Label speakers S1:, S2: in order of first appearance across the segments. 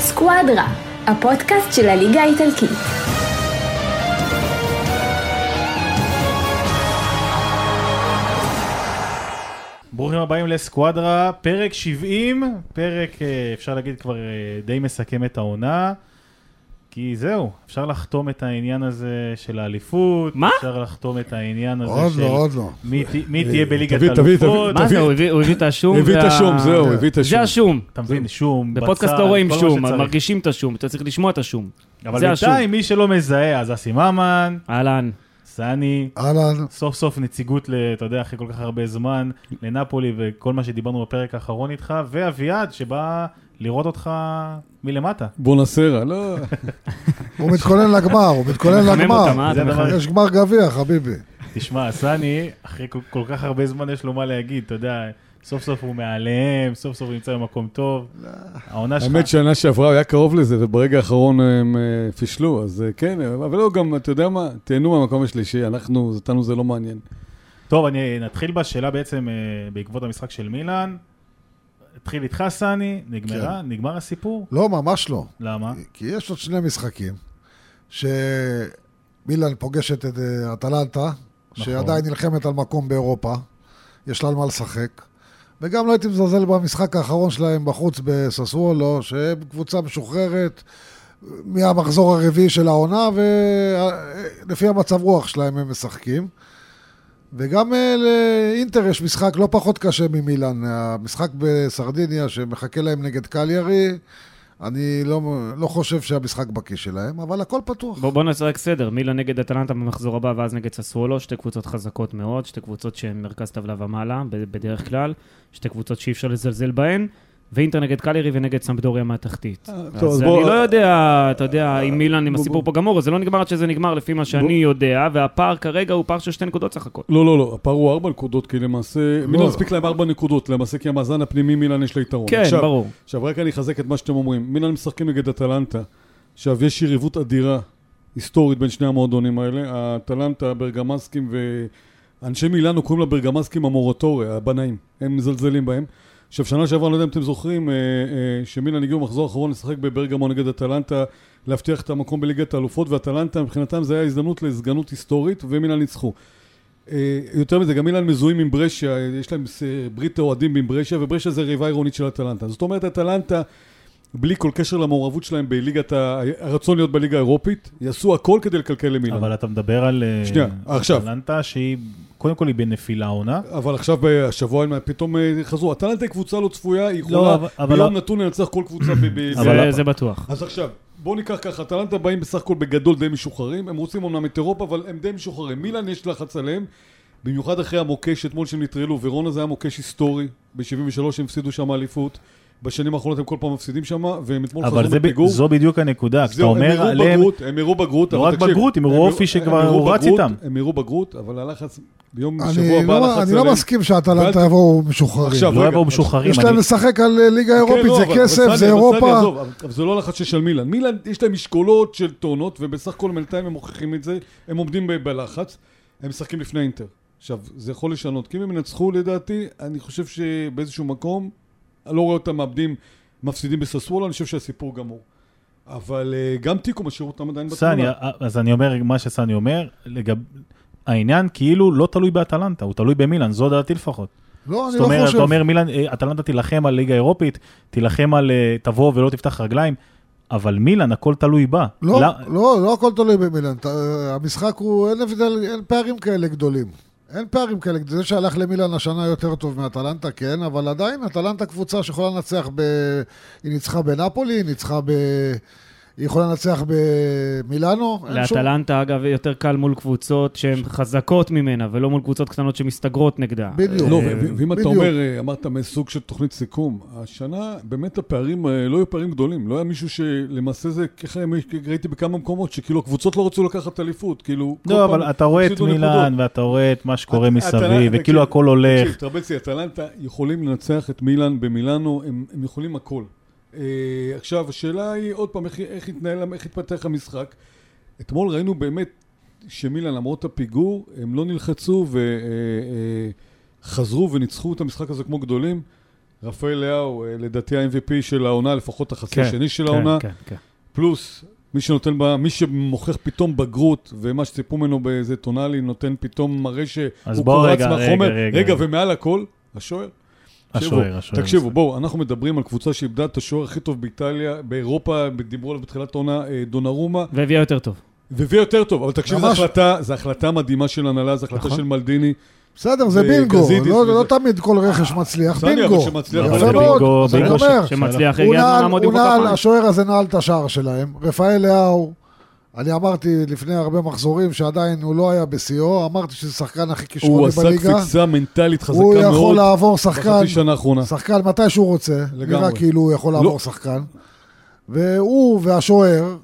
S1: סקואדרה, הפודקאסט של הליגה האיטלקית.
S2: ברוכים הבאים לסקואדרה, פרק 70, פרק אה, אפשר להגיד כבר אה, די מסכם את העונה, כי זהו, אפשר לחתום את העניין הזה של האליפות,
S3: מה?
S2: אפשר לחתום את העניין הזה
S4: עוד
S2: של
S4: לא, עוד לא.
S2: מי, ת- מי תהיה בליגת
S4: תביא, תביא,
S2: אלופות,
S3: מה
S4: תביא.
S3: זה, הוא הביא- הוא הביא את השום?
S4: הביא את
S3: וה-
S4: השום, זהו, הביא את
S3: זה
S4: השום.
S3: השום.
S2: אתה מבין, שום,
S3: בפודקאסט
S2: בצל,
S3: לא רואים
S2: כל מה
S3: שום,
S2: שצריך.
S3: מרגישים את השום, אתה צריך לשמוע את השום.
S2: אבל
S3: זה השום.
S2: בינתיים מי שלא מזהה, אז אסי ממן,
S3: אהלן.
S2: סני,
S4: אהלן,
S2: סוף סוף נציגות, ל, אתה יודע, אחרי כל כך הרבה זמן, לנפולי וכל מה שדיברנו בפרק האחרון איתך, ואביעד שבא לראות אותך מלמטה.
S4: בונסרה, לא.
S5: הוא מתכונן לגמר, הוא מתכונן
S3: מחמם אותה,
S5: לגמר.
S3: מה
S2: זה
S3: אתה
S2: הדבר
S3: מחמם?
S5: יש גמר גביע, חביבי.
S2: תשמע, סני, אחרי כל, כל כך הרבה זמן יש לו מה להגיד, אתה יודע, סוף סוף הוא מעליהם, סוף סוף הוא נמצא במקום טוב.
S4: לא.
S2: העונה שלך,
S4: האמת שנה שעברה הוא היה קרוב לזה, וברגע האחרון הם אה, פישלו, אז אה, כן, אבל לא, גם, אתה יודע מה, תהנו מהמקום השלישי, אנחנו, אותנו זה לא מעניין.
S2: טוב, אני נתחיל בשאלה בעצם אה, בעקבות המשחק של מילאן. התחיל איתך, סני,
S4: כן.
S2: נגמרה, נגמר הסיפור?
S5: לא, ממש לא.
S2: למה?
S5: כי יש עוד שני משחקים, שמילן פוגשת את אה, אטלנטה, שעדיין נלחמת על מקום באירופה, יש לה על מה לשחק. וגם לא הייתי מזלזל במשחק האחרון שלהם בחוץ בססוולו, שהם קבוצה משוחררת אה, מהמחזור הרביעי של העונה, ולפי המצב רוח שלהם הם משחקים. וגם אה, לאינטר יש משחק לא פחות קשה ממילאן, המשחק בסרדיניה שמחכה להם נגד קליירי, אני לא, לא חושב שהמשחק בכיס שלהם, אבל הכל פתוח.
S3: בוא- בוא נעשה רק סדר, מילן נגד אטלנטה במחזור הבא ואז נגד ססוולו, שתי קבוצות חזקות מאוד, שתי קבוצות שהן מרכז טבלה ומעלה ב- בדרך כלל, שתי קבוצות שאי אפשר לזלזל בהן, ואינטר נגד קליירי ונגד סמפדוריה מהתחתית.
S4: אה, טוב,
S3: אז
S4: אז
S3: אני
S4: בוא- אה,
S3: לא יודע, אתה יודע, עם מילן, עם
S4: בוא-
S3: הסיפור פה גמור, זה לא נגמר עד שזה נגמר לפי מה שאני יודע, והפער כרגע הוא פער של שתי נקודות סך הכל.
S4: לא, לא, לא, הפער הוא ארבע נקודות, כי למעשה, מילן הספיק להם ארבע נקודות, למעשה, כי המאזן הפנימי מילן יש לה יתרון.
S3: כן,
S4: עכשיו,
S3: ברור.
S4: עכשיו, רק אני אחזק את מה שאתם אומרים. מילאן משחקים נגד אטלנטה. עכשיו, יש יריבות אדירה, היסטורית, בין שני המועדונים האלה. האטלנטה, ברגמסקים ו... אנשי מילאנו קוראים לה ברגמסקים המורטוריה, הבנאים. הם מזלזלים בהם. עכשיו, שנה שעברה, אני לא יודע אם אתם זוכרים, אה, אה, שמילאן הגיעו במחזור האחרון לשחק בברגמו נגד אטלנטה, להבטיח את המקום בליגת האלופות, ואטלנטה, מבחינתם, זה היה הזדמנות לסגנות היסטורית, ומילאן ניצחו. אה, יותר מזה, גם אילן מזוהים עם ברשיה, אה, יש להם אה, ברית אוהדים עם ברשיה, וברשיה זה ריבה עירונית של אטלנטה. זאת אומרת, אטלנטה, בלי כל קשר למעורבות שלהם בליגת, ה- הרצון להיות בליגה האירופית, יעשו הכל כדי לקלקל למילן. אבל...
S2: אבל אתה מדבר על... אה,
S4: שנייה, עכשיו.
S2: אטלנטה שהיא, קודם כל היא בנפילה העונה.
S4: אבל עכשיו, אה, השבוע הם פתאום אה, חזרו. אטלנטה היא קבוצה לא צפויה, היא
S2: לא,
S4: יכולה
S2: אבל- אבל-
S4: ביום נתון לנצח כל קבוצה ב... ב-
S2: אבל-
S3: זה- זה בטוח.
S4: אז עכשיו, בואו ניקח ככה, אטלנטה באים בסך הכל בגדול די משוחררים, הם רוצים אמנם את אירופה, אבל הם די משוחררים. מילאן יש לחץ עליהם, במיוחד אחרי המוקש אתמול שהם נטרלו, ורונה זה היה מוקש היסטורי, ב-73 הם הפסידו שם אליפות, בשנים האחרונות הם כל פעם מפסידים שם, והם אתמול
S2: אבל זה ב-
S4: בפיגור.
S2: זו בדיוק הנקודה,
S4: זהו,
S2: כשאתה אומר
S4: הם הראו
S2: עליהם...
S4: בגרות, הם הראו בגרות,
S2: לא
S4: אבל
S2: רק
S4: תקשיב,
S2: בגרות, הם הראו אופי שכבר
S4: הראו
S2: הוא רץ
S4: בגרות,
S2: איתם.
S4: הם הראו בגרות, אבל הלחץ, ביום שבוע
S5: אני
S4: הבא הלחץ
S5: לא,
S4: עליהם.
S5: אני לא מסכים שאטלנטה
S4: ואל-
S5: יבואו משוחררים.
S4: עכשיו,
S2: לא
S4: רגע,
S2: יבואו
S4: אז-
S2: משוחררים.
S5: יש להם
S2: אני-
S5: לשחק על אה, ליגה
S4: כן,
S5: אירופית,
S4: לא,
S5: זה
S4: אבל-
S5: כסף, זה
S4: אבל סני, אבל סני,
S5: אירופה.
S4: עזוב, אבל- אבל זה לא לחץ שיש על מילאן. מילאן, יש להם משקולות של טונות, ובסך הכל בינתיים הם מוכיחים את זה, הם עומדים ב- בלחץ, הם משחקים לפני אינטר. עכשיו, זה יכול לשנות, כי אם הם ינצחו לדעתי, אני חושב שבאיזשהו מקום, אני לא רואה אותם מאבדים, מפסידים בססוולו, אני חושב שהסיפור גמור. אבל אה, גם תיקו משאיר אותם עדיין
S2: סני,
S4: בתמונה.
S2: אז אני אומר מה שסני אומר, לגב... העניין כאילו לא תלוי באטלנטה, הוא תלוי במילאן, זו דעתי לפחות.
S5: לא, אני
S2: זאת
S5: לא
S2: אומרת,
S5: חושב.
S2: אתה אומר מילאן, אה, אטלנטה תילחם על ליגה אירופית, תילחם על אה, תבוא ולא תפתח רגליים, אבל מילאן הכל תלוי בה.
S5: לא,
S2: לא-
S5: לא, לא הכל תלוי במילן. ת- המשחק הוא, אין הבדל, אין פערים כאלה גדולים. אין פערים כאלה, זה שהלך למילן השנה יותר טוב מאטלנטה, כן, אבל עדיין אטלנטה קבוצה שיכולה לנצח ב... היא ניצחה בנפולי, היא ניצחה ב... היא יכולה לנצח במילאנו. אין שום-
S3: לאטלנטה, אגב, יותר קל מול קבוצות שהן חזקות ממנה, ולא מול קבוצות קטנות שמסתגרות נגדה.
S5: בדיוק.
S4: לא, ו- ו- ואם אתה
S5: בדיוק.
S4: אומר, אה, אמרת סוג של תוכנית סיכום, השנה באמת הפערים, אה, לא היו פערים גדולים, לא היה מישהו שלמעשה זה, ככה אני ראיתי בכמה מקומות, שכאילו הקבוצות לא רצו לקחת אליפות, כאילו... כל
S2: לא,
S4: פעם
S2: אבל אתה רואה את
S4: הפסידו
S2: מילאן,
S4: נקודות.
S2: ואתה רואה את מה שקורה
S4: את-
S2: מסביב,
S4: אטלנטה,
S2: וכאילו
S4: תקשיב,
S2: הכל
S4: תקשיב,
S2: הולך.
S4: טרבצי, אטלנטה יכולים לנצח את מילאן במילאנו, הם הם יכולים הכל. אה, עכשיו, השאלה היא, עוד פעם, איך- איך התנהל, איך התפתח המשחק? אתמול ראינו באמת שמילאן, למרות הפיגור, אה, הם לא נלחצו וחזרו וניצחו את המשחק הזה כמו גדולים. רפאל לאהו, אה, לדעתי ה-MVP של העונה, לפחות החצי
S3: כן,
S4: השני של
S3: כן,
S4: העונה.
S3: כן, כן.
S4: פלוס, מי שנותן, בה- מי שמוכיח פתאום בגרות, ומה שציפו ממנו באיזה טונאלי, נותן פתאום מראה
S2: אז
S4: שהוא
S2: בוא
S4: קורץ
S2: רגע, רגע,
S4: מהחומר.
S2: רגע, רגע.
S4: רגע, ומעל הכל, השוער. תקשיבו,
S2: השוער, השוער.
S4: תקשיבו, בואו, אנחנו מדברים על קבוצה שאיבדה את השוער הכי טוב באיטליה, באירופה, דיברו עליו בתחילת העונה, אה, דונרומה,
S3: והביאה יותר טוב.
S4: והביא יותר טוב, אבל תקשיב, זו
S5: ממש.
S4: החלטה, זו החלטה מדהימה של הנהלה, זו החלטה
S3: נכון.
S4: של מלדיני.
S5: בסדר, זה
S4: זה
S5: בינגו,
S4: גזידיס
S5: לא-
S4: וזה-
S5: לא תמיד כל רכש מצליח,
S4: סני, אבל
S5: בינגו.
S4: שמצליח,
S2: אבל
S5: יפה
S2: זה בינגו,
S5: מאוד, זה
S2: בינגו ש-
S5: אומר.
S3: שמצליח,
S5: הוא
S3: הגיע הזמן
S5: נעל,
S3: לעמוד עם
S5: הוא נעל,
S3: כפיים.
S5: השוער הזה נעל את השער שלהם. רפאל לאהו, אני אמרתי לפני הרבה מחזורים שעדיין הוא לא היה בשיאו, אמרתי שזה השחקן הכי
S4: הוא
S5: כישרוני
S4: עשה
S5: בליגה.
S4: קפיצה מנטלית חזקה
S5: הוא יכול
S4: מאוד
S5: לעבור שחקן,
S4: בחצי שנה האחרונה.
S5: שחקן מתי שהוא רוצה.
S4: לגמרי.
S5: נראה כאילו הוא יכול לעבור
S4: לא.
S5: שחקן. והוא והשוער,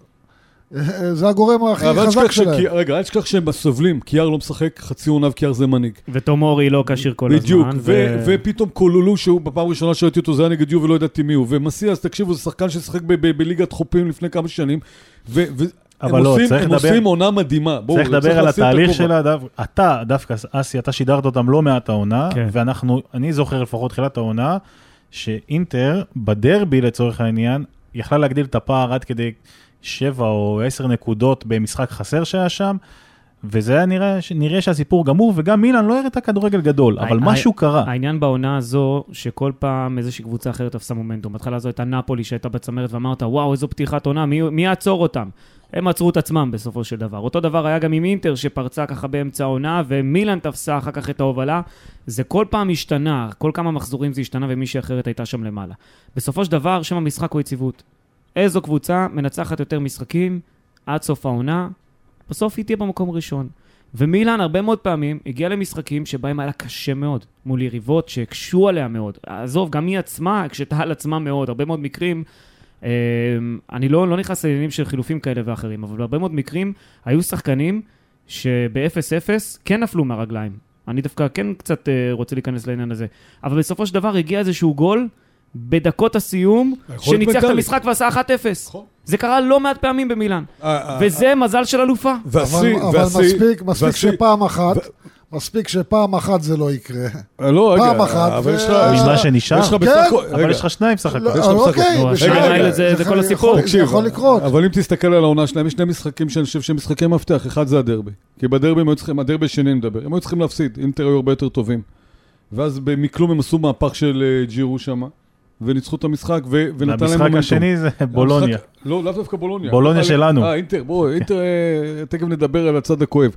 S5: אה, זה הגורם הכי
S4: אבל אל
S5: חזק
S4: תשכח
S5: שלהם.
S4: שקיאר- רגע, אל תשכח שהם סובלים, קיאר לא משחק, חצי עונה וקיאר זה מנהיג.
S3: וטומורי לא כשיר כל הזמן.
S4: בדיוק, ו-
S3: ו-
S4: ופתאום קולולו שהוא בפעם הראשונה שראיתי אותו זה היה נגד יו ולא ידעתי מי הוא. ומסיאס, תקשיבו, זה שחקן ששיחק ב- ב- בליגת חופים לפני כמה שנים. ו- ו-
S2: אבל
S4: הם
S2: לא,
S4: עושים-
S2: צריך
S4: הם
S2: לדבר-
S4: עושים עונה מדהימה. בואו,
S2: צריך
S4: צריך
S2: לדבר על
S4: לשים את
S2: התהליך
S4: הכובע.
S2: שלה, דו- אתה דווקא, אסי, אתה שידרת אותם לא מעט העונה,
S3: כן.
S2: ואנחנו, אני זוכר לפחות תחילת העונה, שאינטר, בדרבי לצורך העניין, יכלה להגדיל את הפער עד כדי 7 או 10 נקודות במשחק חסר שהיה שם, וזה היה נראה, ש- נראה שהסיפור גמור, וגם אילן לא הראתה כדורגל גדול, אבל
S3: הי-
S2: משהו קרה.
S3: העניין בעונה הזו, שכל פעם איזושהי קבוצה אחרת תפסה מומנטום. בהתחלה זו הייתה נפולי שהייתה בצמרת ואמרת, וואו, איזו פתיחת עונה, מי, מי יעצור אותם? הם עצרו את עצמם בסופו של דבר. אותו דבר היה גם עם אינטר שפרצה ככה באמצע העונה, ומילאן תפסה אחר כך את ההובלה. זה כל פעם השתנה, כל כמה מחזורים זה השתנה ומישהי אחרת הייתה שם למעלה. בסופו של דבר, שם המשחק הוא יציבות. איזו קבוצה מנצחת יותר משחקים עד סוף העונה, בסוף היא תהיה במקום ראשון. ומילאן הרבה מאוד פעמים הגיעה למשחקים שבהם היה לה קשה מאוד, מול יריבות שהקשו עליה מאוד. עזוב, גם היא עצמה הקשתה על עצמה מאוד, הרבה מאוד מקרים. אמ, אני לא, לא נכנס לעניינים של חילופים כאלה ואחרים, אבל בהרבה מאוד מקרים היו שחקנים שב-0-0 כן נפלו מהרגליים. אני דווקא כן קצת אה, רוצה להיכנס לעניין הזה. אבל בסופו של דבר הגיע איזשהו גול בדקות הסיום,
S4: היכולת
S3: שניצח את
S4: מנטלית.
S3: המשחק ועשה 1-0.
S4: נכון.
S3: זה קרה לא מעט פעמים במילאן.
S4: אה, אה,
S3: וזה מזל של אלופה.
S5: אבל,
S4: והשיא-
S5: אבל
S4: והשיא-
S5: מספיק, מספיק
S4: והשיא-
S5: שפעם אחת, מספיק שפעם אחת זה לא יקרה.
S4: אה, לא, רגע,
S5: פעם אחת,
S4: אבל יש לך...
S5: ו-
S4: יש לך-
S2: ממה שנשאר,
S4: יש לך בסך
S5: כן,
S4: הכל...
S2: אבל
S4: רגע,
S2: יש לך שניים סך הכל.
S5: לא,
S4: יש לך
S5: אוקיי,
S4: משחק-
S3: נו,
S5: בשביל-
S4: השניים האלה
S3: זה- זה כל
S5: יכול-
S3: הסיפור.
S5: זה
S4: תקשיב,
S5: יכול לקרות.
S4: אבל אם תסתכל על העונה שלהם, יש שני משחקים שאני חושב שהם משחקי מפתח, אחד זה הדרבי. כי בדרבי הם היו צריכים, הדרבי השני אני מדבר, הם היו צריכים להפסיד, אינטר היו הרבה יותר טובים. ואז ב- מכלום הם עשו מהפך של אה, ג'ירו שם, וניצחו את המשחק, ו- ונתן להם מומנטום.
S2: והמשחק השני זה בולוניה.
S4: המשחק- לא, לאו דווקא בולוניה.
S2: בולוניה
S4: אה,
S2: שלנו.
S4: אה, אינטר, בואו, אינטר, אה, תכף נדבר על הצד הכואב.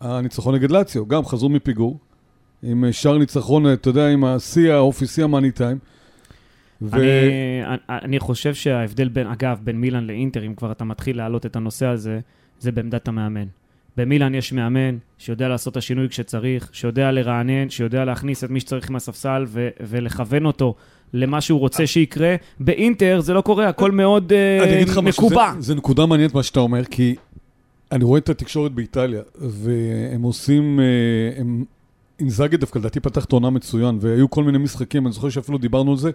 S4: הניצחון נגד לאציו, גם חזרו מפיגור, עם אה, שער ניצחון, אה, אתה יודע, עם השיא האופי, שיא המאני טיים. ו-
S3: אני, אני- אני חושב שההבדל בין, אגב, בין מילאן לאינטר, אם כבר אתה מתחיל להעלות את הנושא הזה, זה בעמדת המאמן. במילאן יש מאמן שיודע לעשות את השינוי כשצריך, שיודע לרענן, שיודע להכניס את מי שצריך מהספסל ו- ולכוון אותו למה שהוא רוצה שיקרה. באינטר זה לא קורה, הכל מאוד אה,
S4: אה. אני אגיד לך משהו,
S3: מקובע.
S4: זה- זה נקודה מעניינת מה שאתה אומר, כי אני רואה את התקשורת באיטליה, והם עושים, אה, הם, אינזאגי דווקא לדעתי פתח את העונה מצוין, והיו כל מיני משחקים, אני זוכר שאפילו דיברנו על זה,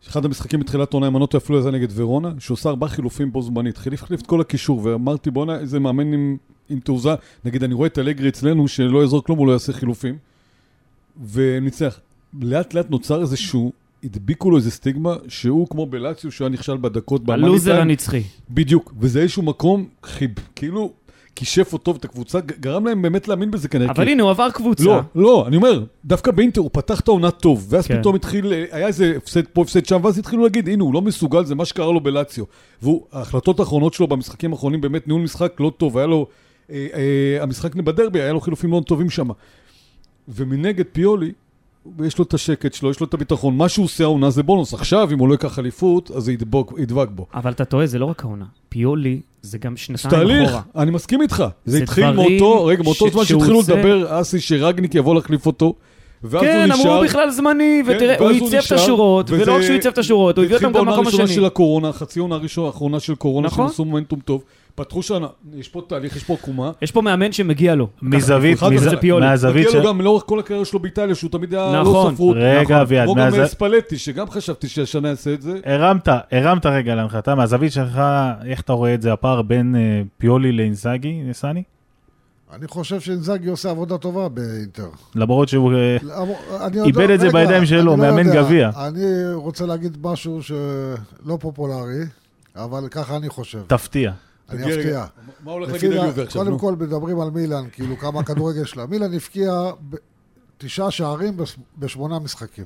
S4: שאחד המשחקים בתחילת העונה, אם אני לא טועה, אפילו זה היה נגד ורונה, שהוא עושה ארבעה חילופים בו זמנית, חילף חילף את כל הקישור, ואמרתי בואנה, איזה מאמן עם, עם תעוזה, נגיד אני רואה את אלגרי אצלנו, שלא יעזור כלום, הוא לא יעשה חילופים, וניצח. לאט לאט נוצר איזשהו... הדביקו לו איזה סטיגמה שהוא כמו בלציו שהיה נכשל בדקות ב-money
S3: הלוזר
S4: time.
S3: הנצחי.
S4: בדיוק, וזה איזשהו מקום, חיב, כאילו, כישף אותו ואת הקבוצה, ג- גרם להם באמת להאמין בזה כנראה.
S3: אבל
S4: כי-
S3: הנה, הוא עבר קבוצה.
S4: לא, לא, אני אומר, דווקא באינטר הוא פתח את העונה טוב, ואז
S3: כן.
S4: פתאום התחיל, אה, היה איזה הפסד פה, הפסד שם, ואז התחילו להגיד, הנה, הוא לא מסוגל, זה מה שקרה לו בלציו. וההחלטות האחרונות שלו במשחקים האחרונים, באמת ניהול משחק לא טוב, היה לו, אה, אה, המשחק בדרבי, היה לו חילופים לא טובים שם. ומנגד פיולי, יש לו את השקט שלו, יש לו את הביטחון, מה שהוא עושה העונה זה בונוס. עכשיו, אם הוא לא ייקח אליפות, אז זה ידבוק- ידבק בו.
S3: אבל אתה טועה, זה לא רק העונה. פיולי זה גם שנתיים
S4: תהליך,
S3: אחורה.
S4: אני מסכים איתך. זה
S3: זה
S4: התחיל
S3: דברים
S4: מאותו, רגע, מאותו
S3: ש-
S4: זמן
S3: שהוא
S4: שהתחילו
S3: עושה-
S4: לדבר, אסי, שרגניק יבוא להחליף אותו, ואז הוא
S3: כן,
S4: נשאר.
S3: אמרו בכלל זמני,
S4: כן,
S3: ותראה, הוא
S4: ואז
S3: עיצב את
S4: נשאר,
S3: השורות,
S4: וזה-
S3: ולא רק שהוא עיצב את השורות, הוא הביא אותם גם
S4: זה התחיל
S3: למקום
S4: בעונה הראשונה
S3: השני.
S4: של הקורונה, חצי עונה הראשונה- האחרונה של קורונה, שהם
S3: נכון.
S4: עשו מומנטום טוב. פתחו שנה, יש פה תהליך, יש פה עקומה.
S3: יש פה מאמן שמגיע לו.
S2: מזווית,
S4: אחד
S2: מז-
S4: זה
S3: פיולי.
S2: מהזווית
S4: מגיע
S2: של...
S4: לו גם לאורך כל הקריירה שלו באיטליה, שהוא תמיד היה לא
S3: נכון,
S4: ספרות.
S2: רגע, אביעד,
S4: כמו גם
S2: מהז-
S4: ספלטי, שגם חשבתי שהשנה יעשה את זה.
S2: הרמת, הרמת רגע להנחתה, מהזווית שלך, איך אתה רואה את זה, הפער בין אה, פיולי לאינזאגי, סני?
S5: אני חושב שאינזאגי עושה עבודה טובה באינטר. אמ-
S2: למרות שהוא... אה,
S5: לא. אני יודע-
S2: איבד את זה
S5: רגע,
S2: בידיים שלו,
S5: אני לא
S2: מאמן
S5: יודע.
S2: גביע.
S5: אני רוצה להגיד משהו שלא פופולרי, אבל ככה אני חושב.
S2: תפתיע.
S5: אני
S4: תגיד,
S5: אפתיע.
S4: רגע, מה הולך
S5: לפי
S4: להגיד על
S5: דע-
S4: יובר עכשיו?
S5: קודם
S4: נו?
S5: כל מדברים על מילאן, כאילו כמה הכדורגל שלה. מילאן הבקיעה ב- תשעה שערים בס- בשמונה משחקים.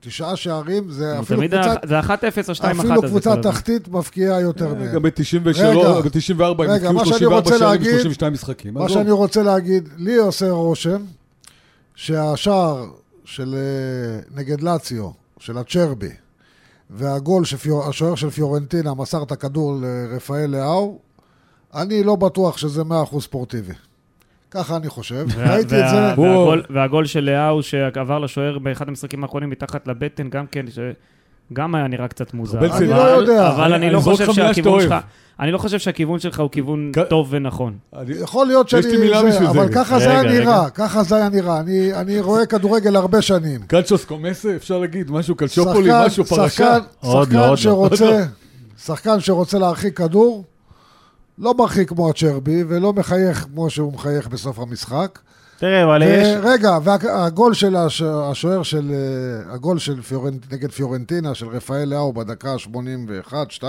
S5: תשעה שערים זה אפילו
S3: תמיד
S5: קבוצה-
S3: ה- זה 1-0 או 2-1.
S5: אפילו קבוצה תחתית מבקיעה יותר
S4: גם
S5: מהם. כן. רגע.
S4: ב-93, ב-94, הם
S5: רגע,
S4: הפקיעו
S5: מה שאני
S4: 34
S5: רוצה
S4: שערים
S5: להגיד-
S4: ב-32 משחקים.
S5: מה
S4: עזוב.
S5: שאני רוצה להגיד, לי עושה רושם שהשער של אה, נגד לאציו, של הצ'רבי, והגול שהשוער של פיורנטינה מסר את הכדור לרפאל לאהו, אני לא בטוח שזה 100% ספורטיבי. ככה אני חושב. ראיתי את זה.
S3: והגול, והגול של לאהו שעבר לשוער באחד המשחקים האחרונים מתחת לבטן, גם כן, ש... גם היה נראה קצת מוזר.
S4: אבל
S5: אני
S3: אבל-
S5: לא יודע.
S3: אבל אני
S4: אני
S3: לא
S4: אזרוק
S3: חושב
S4: לך מילה שאתה
S3: שהכיוון
S4: אוהב.
S3: שלך... אני לא חושב שהכיוון שלך הוא כיוון
S4: כ-
S3: טוב ונכון.
S4: אני-
S5: יכול להיות שאני...
S4: יש לי מילה בשביל זה.
S5: אבל ככה זה
S2: רגע,
S5: היה
S2: רגע.
S5: נראה, ככה זה היה נראה. אני- אני רואה כדורגל הרבה שנים.
S4: קלצ'וס קומסה, אפשר להגיד? משהו, קלצ'ופולי,
S5: שחקן-
S4: משהו, פרשה? לא.
S5: שחקן,
S2: עוד לא, עוד
S5: שחקן
S2: לא.
S5: שרוצה, שחקן שרוצה להרחיק כדור, לא מרחיק כמו הצ'רבי, ולא מחייך כמו שהוא מחייך בסוף המשחק.
S2: תראה, אבל יש...
S5: רגע, והגול של הש- השוער של, אה, הגול של פיורנט, נגד פיורנטינה, של רפאל לאו בדקה ה-81-2,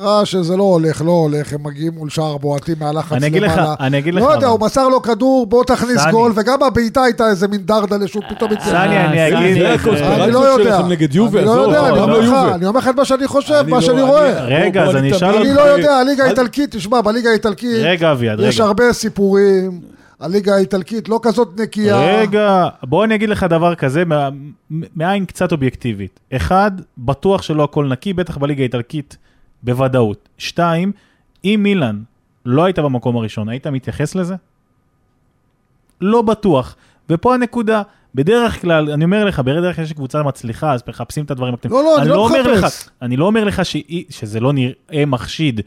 S5: ראה שזה לא הולך, לא הולך, הם מגיעים מול שער בועטים מהלחץ למעלה.
S2: אני אגיד לך, אני אגיד לך.
S5: לא יודע,
S2: אבל.
S5: הוא מסר לו כדור, בוא תכניס
S2: סני.
S5: גול, וגם הבעיטה הייתה איזה מין דרדלה שהוא פתאום התקדם.
S2: סני,
S3: אה,
S2: אני אגיד
S4: זה
S2: לך...
S4: הקונספירציה.
S5: אני לא יודע.
S4: שלכם נגד יובל,
S5: אני לא
S4: עזוב,
S5: יודע,
S2: אבל
S5: אני
S2: גם
S5: אומר
S4: לא
S5: לך,
S4: יובל.
S5: אני אומר לך את מה שאני חושב,
S4: אני
S5: מה
S4: לא-
S5: שאני
S4: אני-
S5: רואה.
S2: רגע,
S4: בוא-
S2: אז
S4: בוא
S2: אני
S4: נתאמן.
S2: אשאל
S5: אני
S2: אותך.
S5: לא יודע, הליגה
S4: אל-
S5: האיטלקית, תשמע, בליגה האיטלקית
S2: רגע, אביעד, רגע.
S5: יש הרבה סיפורים, הליגה האיטלקית לא כזאת נקייה.
S2: רגע, בוא אני אגיד לך דבר כזה, מה- מ- מעין קצת אובייקטיבית. אחד, בטוח שלא הכל נקי, בטח בליגה האיטלקית, בוודאות. שתיים, אם מילאן לא הייתה במקום הראשון, היית מתייחס לזה? לא בטוח. ופה הנקודה, בדרך כלל, אני אומר לך, בדרך כלל יש קבוצה מצליחה, אז מחפשים את הדברים הקטנים.
S5: לא, לא, אני לא
S2: אומר
S5: מחפש.
S2: לך, אני לא אומר לך שהיא- שזה לא נראה מחשיד.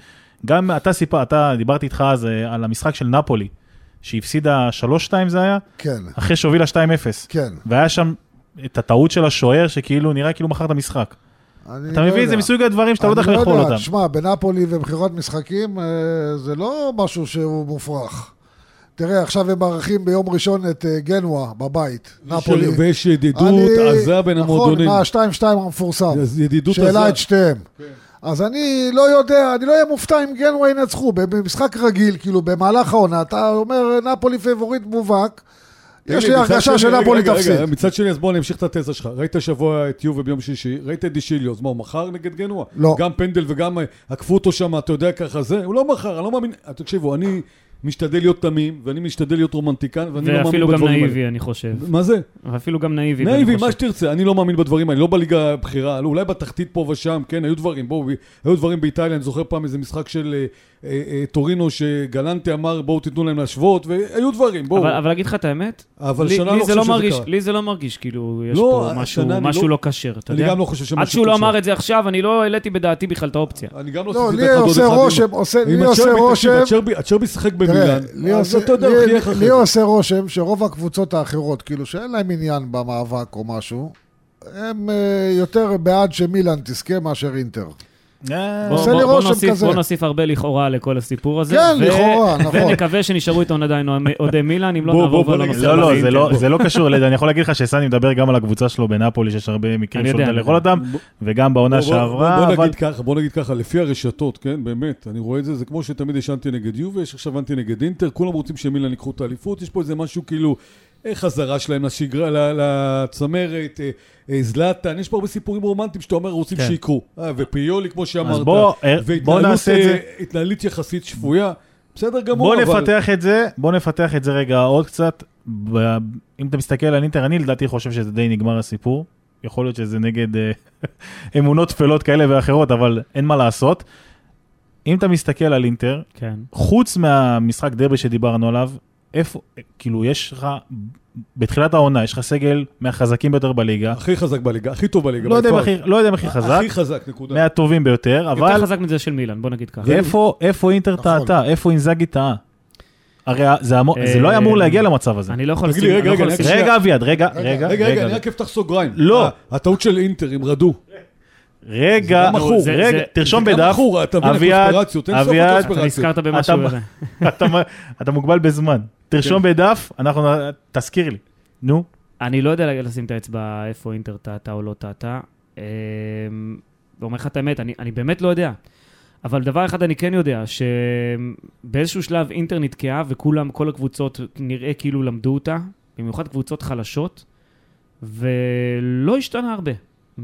S2: גם אתה סיפר, אתה, דיברתי איתך אז אה, על המשחק של נפולי, שהפסידה 3-2 זה היה?
S5: כן,
S2: אחרי שהובילה 2-0.
S5: כן.
S2: והיה שם את הטעות של השוער, שכאילו נראה כאילו מכר את המשחק.
S5: אני
S2: אתה
S5: לא
S2: מבין?
S5: יודע.
S2: זה מסוג הדברים שאתה לא
S5: אני
S2: יודע איך לאכול
S5: יודע,
S2: אותם.
S5: תשמע, בנפולי ובחירת משחקים אה, זה לא משהו שהוא מופרך. תראה, עכשיו הם מארחים ביום ראשון את אה, גנואה בבית, נפולי.
S4: ויש ידידות
S5: אני-
S4: עזה בין המועדונים.
S5: נכון, מה, 2-2 המפורסם.
S4: אז ידידות
S5: שהעלה
S4: עזה. כן.
S5: את שתיהם. אז אני לא יודע, אני לא אהיה מופתע אם גנווה ינצחו. במשחק רגיל, כאילו, במהלך העונה, אתה אומר, נפולי פבוריט מובהק.
S4: תגיד
S5: יש לי
S4: מצד
S5: הרגשה
S4: שני-
S5: שנפולי
S4: רגע, רגע,
S5: תפסיד.
S4: רגע, מצד שני, אז בוא אני אמשיך את התזה שלך. ראית השבוע את יובל ביום שישי, ראית את דישיליו, אז מה, הוא מכר נגד גנוע?
S5: לא.
S4: גם פנדל וגם אה, עקפו אותו שם, אתה יודע ככה זה? הוא לא מכר, אני לא מאמין. אה, תקשיבו, אני משתדל להיות תמים, ואני משתדל להיות רומנטיקן, ואני לא מאמין
S3: ואפילו גם
S4: בדברים האלה.
S3: נאיבי, אני חושב.
S4: מה זה?
S3: ואפילו גם נאיבי. אני
S4: נאיבי,
S3: חושב.
S4: מה שתרצה, אני לא מאמין בדברים האלה, לא בליגה הבכירה, לא, אולי בתחתית פה ושם, כן, היו דברים, בואו, היו דברים באיטליה, אני זוכר פעם איזה משחק של אה, אה, אה, טורינו, שגלנטי אמר, בואו תיתנו להם להשוות, והיו דברים, בואו.
S3: אבל, אבל להגיד לך את האמת,
S4: אבל
S3: לי,
S4: השנה
S3: לי זה
S4: לא חושב
S3: לא
S4: שזה
S3: מרגיש,
S4: קרה.
S3: לי זה לא מרגיש כאילו יש
S4: לא,
S3: פה
S4: השנה
S3: משהו,
S4: אני
S3: משהו
S4: לא-
S3: לא כשר, אתה
S4: אני
S3: יודע?
S4: גם לא חושב שמשהו
S3: עד שהוא לא
S4: קשר.
S3: אמר את זה עכשיו, אני לא העליתי בדעתי בכלל את האופציה.
S4: אני גם לא
S5: לא,
S4: עשיתי
S5: לי
S4: את
S5: עושה רושם, עושה- לי עושה רושם,
S4: הצ'רבי שיחק
S5: תראה,
S4: במילאן,
S5: לי
S4: אז
S5: עושה-
S4: אתה יודע,
S5: לי-
S4: חייך
S5: לי
S4: אחרי זה.
S5: עושה רושם שרוב הקבוצות האחרות, כאילו, שאין להם עניין במאבק או משהו, הם אה, יותר בעד שמילאן תזכה מאשר אינטר.
S4: כן.
S2: אה,
S3: בוא-
S5: עושה
S3: בוא-
S5: לי
S3: בוא
S5: רושם
S3: נוסיף-
S5: כזה.
S3: בוא נוסיף הרבה לכאורה לכל הסיפור הזה.
S5: כן,
S3: ו-
S5: לכאורה, נכון.
S3: ונקווה שנשארו איתנו עדיין אוהדי מילאן, אם לא
S4: בוא-
S3: נעבור
S4: בוא- בוא
S3: כבר
S4: נגיד-
S3: לנושא
S2: לא,
S3: הבא,
S2: לא,
S3: אינטר.
S2: זה לא- זה לא קשור לזה, אני יכול להגיד לך שסני מדבר גם על הקבוצה שלו בנפולי, שיש הרבה מקרים
S3: אני
S2: שהוא
S3: יודע,
S2: יודע
S3: אני
S2: לאכול אותם, וגם בעונה
S4: בוא- בוא-
S2: שעברה,
S4: בוא
S2: אבל...
S4: נגיד ככה, בוא נגיד ככה, לפי הרשתות, כן, באמת, אני רואה את זה, זה כמו שתמיד יש אנטי נגד יובה, יש עכשיו אנטי נגד אינטר, כולם רוצים שמילאן ייקחו את האליפות, יש פה איזה משהו כאילו, אה, חזרה שלהם לשגרה, ל- לצמרת, אה, אה, זלאטן, יש פה הרבה סיפורים רומנטיים שאתה אומר רוצים
S2: כן.
S4: שיקרו, אה, ופיולי כמו שאמרת,
S2: בוא, אה, בוא
S4: והתנהלות,
S2: נעשה את
S4: אה,
S2: זה.
S4: התנהלות יחסית שפויה, בסדר גמור,
S2: בוא
S4: אבל...
S2: נפתח את זה, בוא נפתח את זה רגע עוד קצת. ב- אם אתה מסתכל על אינטר, אני לדעתי חושב שזה די נגמר הסיפור. יכול להיות שזה נגד אה, אמונות טפלות כאלה ואחרות, אבל אין מה לעשות. אם אתה מסתכל על אינטר,
S3: כן.
S2: חוץ מהמשחק דרבי שדיברנו עליו, איפה, כאילו, יש לך, בתחילת העונה, יש לך סגל מהחזקים ביותר בליגה.
S4: הכי חזק בליגה, הכי טוב בליגה.
S2: לא יודע אם
S4: by far.
S2: הכי- לא יודע אם הכי חזק,
S4: הכי חזק, נקודה.
S2: מהטובים ביותר,
S3: יותר
S2: אבל
S3: חזק מזה של מילאן, בוא נגיד ככה.
S2: איפה איפה אינטר
S5: נכון.
S2: טעתה? איפה אינזאגי טעה? הרי ה- זה אמור- זה
S3: אה,
S2: לא היה אמור להגיע למצב הזה.
S3: אני לא יכול
S4: תגיד
S3: לשים...
S4: לי, רגע,
S3: אני לא יכול
S4: רגע,
S3: לשים-
S4: אני רק
S2: רגע, אביעד, רגע, רגע,
S4: רגע, רגע, אני רק אפתח סוגריים.
S2: לא.
S4: אה, הטעות של אינטר, הם רדו.
S2: רגע,
S4: גם מכור.
S3: זה-
S2: רגע,
S3: זה-
S2: תרשום
S4: זה גם
S2: בדף,
S4: מכור, אתה מבין
S2: אביעד,
S4: הקונספירציות, אין סוף
S2: אביעד, אתה
S3: אתה
S4: לקונספירציות.
S3: נזכרת במשהו.
S2: אתה-
S3: יראה.
S2: אתה מ- אתה מוגבל בזמן.
S4: כן.
S2: תרשום בדף, אנחנו, נ- תזכיר לי. נו,
S3: אני לא יודע לשים את האצבע איפה אינטר טעתה או לא טעתה. אמ, ואומר לך את האמת, אני, אני באמת לא יודע. אבל דבר אחד אני כן יודע, שבאיזשהו שלב אינטר נתקעה וכולם, כל הקבוצות נראה כאילו למדו אותה, במיוחד קבוצות חלשות, ולא השתנה הרבה